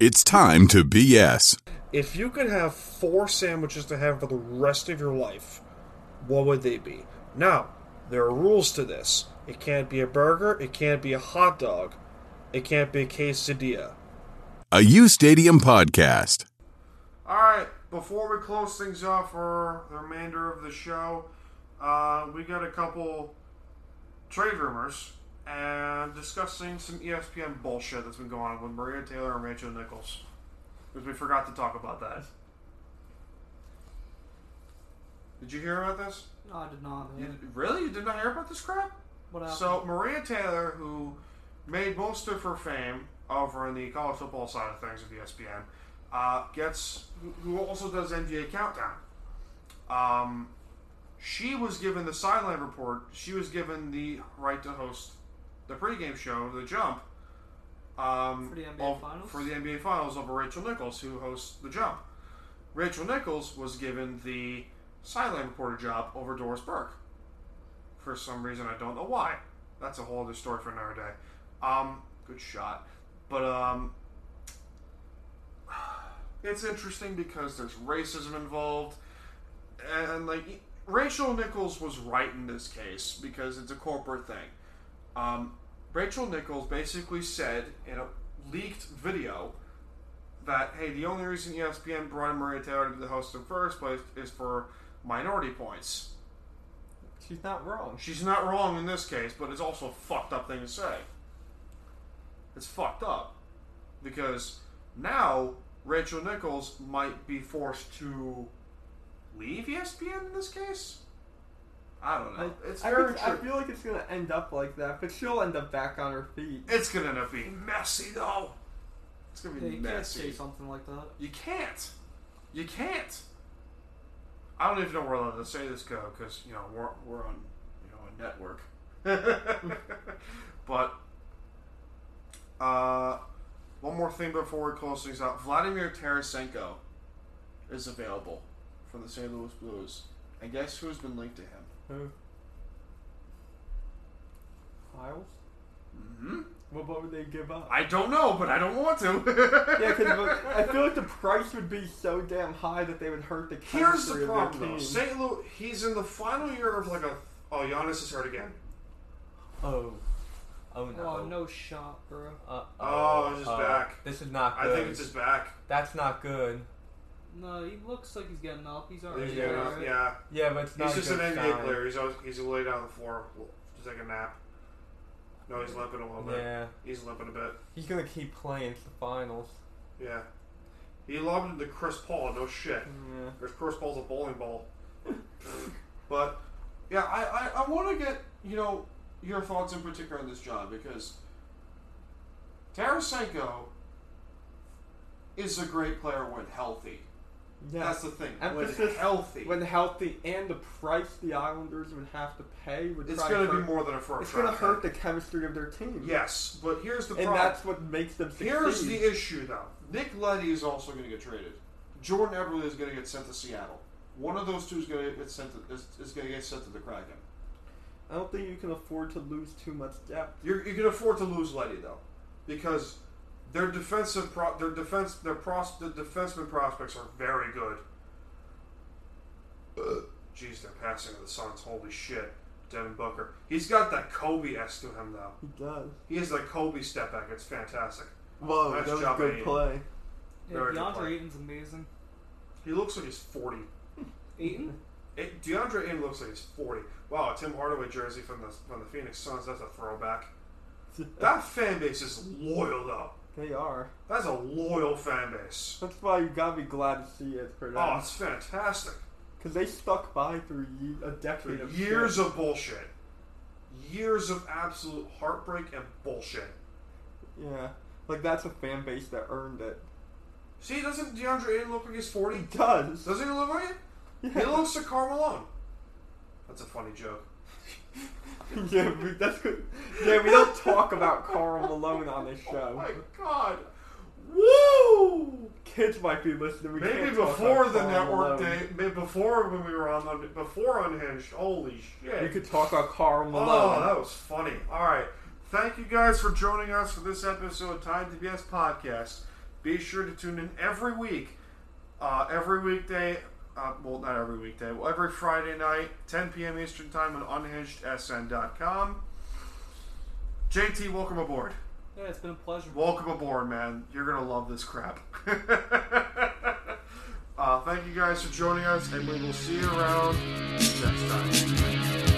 It's time to BS. If you could have four sandwiches to have for the rest of your life, what would they be? Now, there are rules to this. It can't be a burger, it can't be a hot dog, it can't be a quesadilla. A U Stadium podcast. All right, before we close things off for the remainder of the show, uh, we got a couple trade rumors and discussing some E ESPN bullshit that's been going on with Maria Taylor and Rachel Nichols. Because we forgot to talk about that. Did you hear about this? No, I did not. You, really? You did not hear about this crap? What happened? So Maria Taylor, who made most of her fame over in the college football side of things E with ESPN, uh, gets who also does NBA Countdown. Um, she was given the sideline report. She was given the right to host the pregame show, The Jump, um, For the NBA of- Finals? for the NBA Finals over Rachel Nichols, who hosts The Jump. Rachel Nichols was given the sideline reporter job over Doris Burke. For some reason, I don't know why. That's a whole other story for another day. Um, good shot, but um, it's interesting because there's racism involved, and like Rachel Nichols was right in this case because it's a corporate thing. Um, Rachel Nichols basically said in a leaked video that hey, the only reason E ESPN brought in Maria Taylor to be the host in the first place is for minority points. She's not wrong. She's not wrong in this case, but it's also a fucked up thing to say. It's fucked up. Because now Rachel Nichols might be forced to leave E ESPN in this case? I don't know. Like, it's I, very could- I true. feel like it's gonna end up like that, but she'll end up back on her feet. It's gonna end up being messy though. It's gonna be Yeah, you can't messy. say something like that. You can't. You can't. I don't even know where I'm allowed to say this go because you know we're, we're on you know a network, but uh, one more thing before we close things out: Vladimir Tarasenko is available from the St. Louis Blues, and guess who's been linked to him? Who? Piles? Mm-hmm. What, what would they give up? I don't know, but I don't want to. yeah, because I feel like the price would be so damn high that they would hurt the chemistry Here's the of problem, their though. team. St. Louis, he's in the final year of like a. Oh, Giannis is hurt again. Oh. Oh no. Oh, no shot, bro. Uh, Oh, it's his back. This is not I good. think it's his back. That's not good. No, he looks like he's getting up. He's already He's getting there, up, right? yeah. Yeah, but it's not He's just a an good NBA sign. player. He's always, he's laid down on the floor to take a nap. No, he's limping a little bit. Yeah. He's limping a bit. He's gonna keep playing to the finals. Yeah. He lobbed into Chris Paul. No shit. Mm. Yeah. Because Chris Paul's a bowling ball. but yeah, I, I, I want to get you know your thoughts in particular on this job because Tarasenko is a great player when healthy. Yeah. That's the thing. When Emphasis healthy. When healthy and the price the Islanders would have to pay would It's probably gonna be hurt- more than a first It's going to round hurt the chemistry of their team. Yes, but here's the and problem. that's what makes them succeed. Here's the issue, though. Nick Letty is also going to get traded. Jordan Everly is going to get sent to Seattle. One of those two is going to get sent to is, is going to get sent to the Kraken. I don't think you can afford to lose too much depth. You're, you can afford to lose Letty though, because their defensive pro, their defense their pros, the defenseman prospects are very good. Jeez, they're passing to the Suns. Holy shit, Devin Booker. He's got that Kobe s to him though. He does. He has that Kobe step back. It's fantastic. Whoa, that was good Aiden. play. Yeah, Very good DeAndre play. Ayton's amazing. He looks like he's forty. Ayton? It, DeAndre Ayton looks like he's 40. Wow, Tim Hardaway jersey from the from the Phoenix Suns. That's a throwback. that fan base is loyal though. They are. That's a loyal fan base. That's why you gotta be glad to see it for them. Oh, it's fantastic. Because they stuck by through ye- a decade of Years shit. of bullshit. Years of absolute heartbreak and bullshit. Yeah. Like, that's a fan base that earned it. See, doesn't DeAndre Ayton look like he's 40? It does. Doesn't he look like it? He looks like Karl Malone. That's a funny joke. yeah, we, that's good. Yeah, we don't talk about Carl Malone on this show. Oh my god. Woo! Kids might be listening. We Maybe can't talk before about the Karl network Malone. day, maybe before when we were on the before Unhinged. Holy shit! We could talk about Carl Oh, Malone. that was funny. All right. Thank you guys for joining us for this episode of Time to BS Podcast. Be sure to tune in every week. Uh, every weekday, uh, well, not every weekday, well, every Friday night, 10 p.m. Eastern Time on unhingedsn.com. JT, welcome aboard. Yeah, it's been a pleasure. Welcome aboard, man. You're going to love this crap. uh, thank you guys for joining us, and we will see you around next time.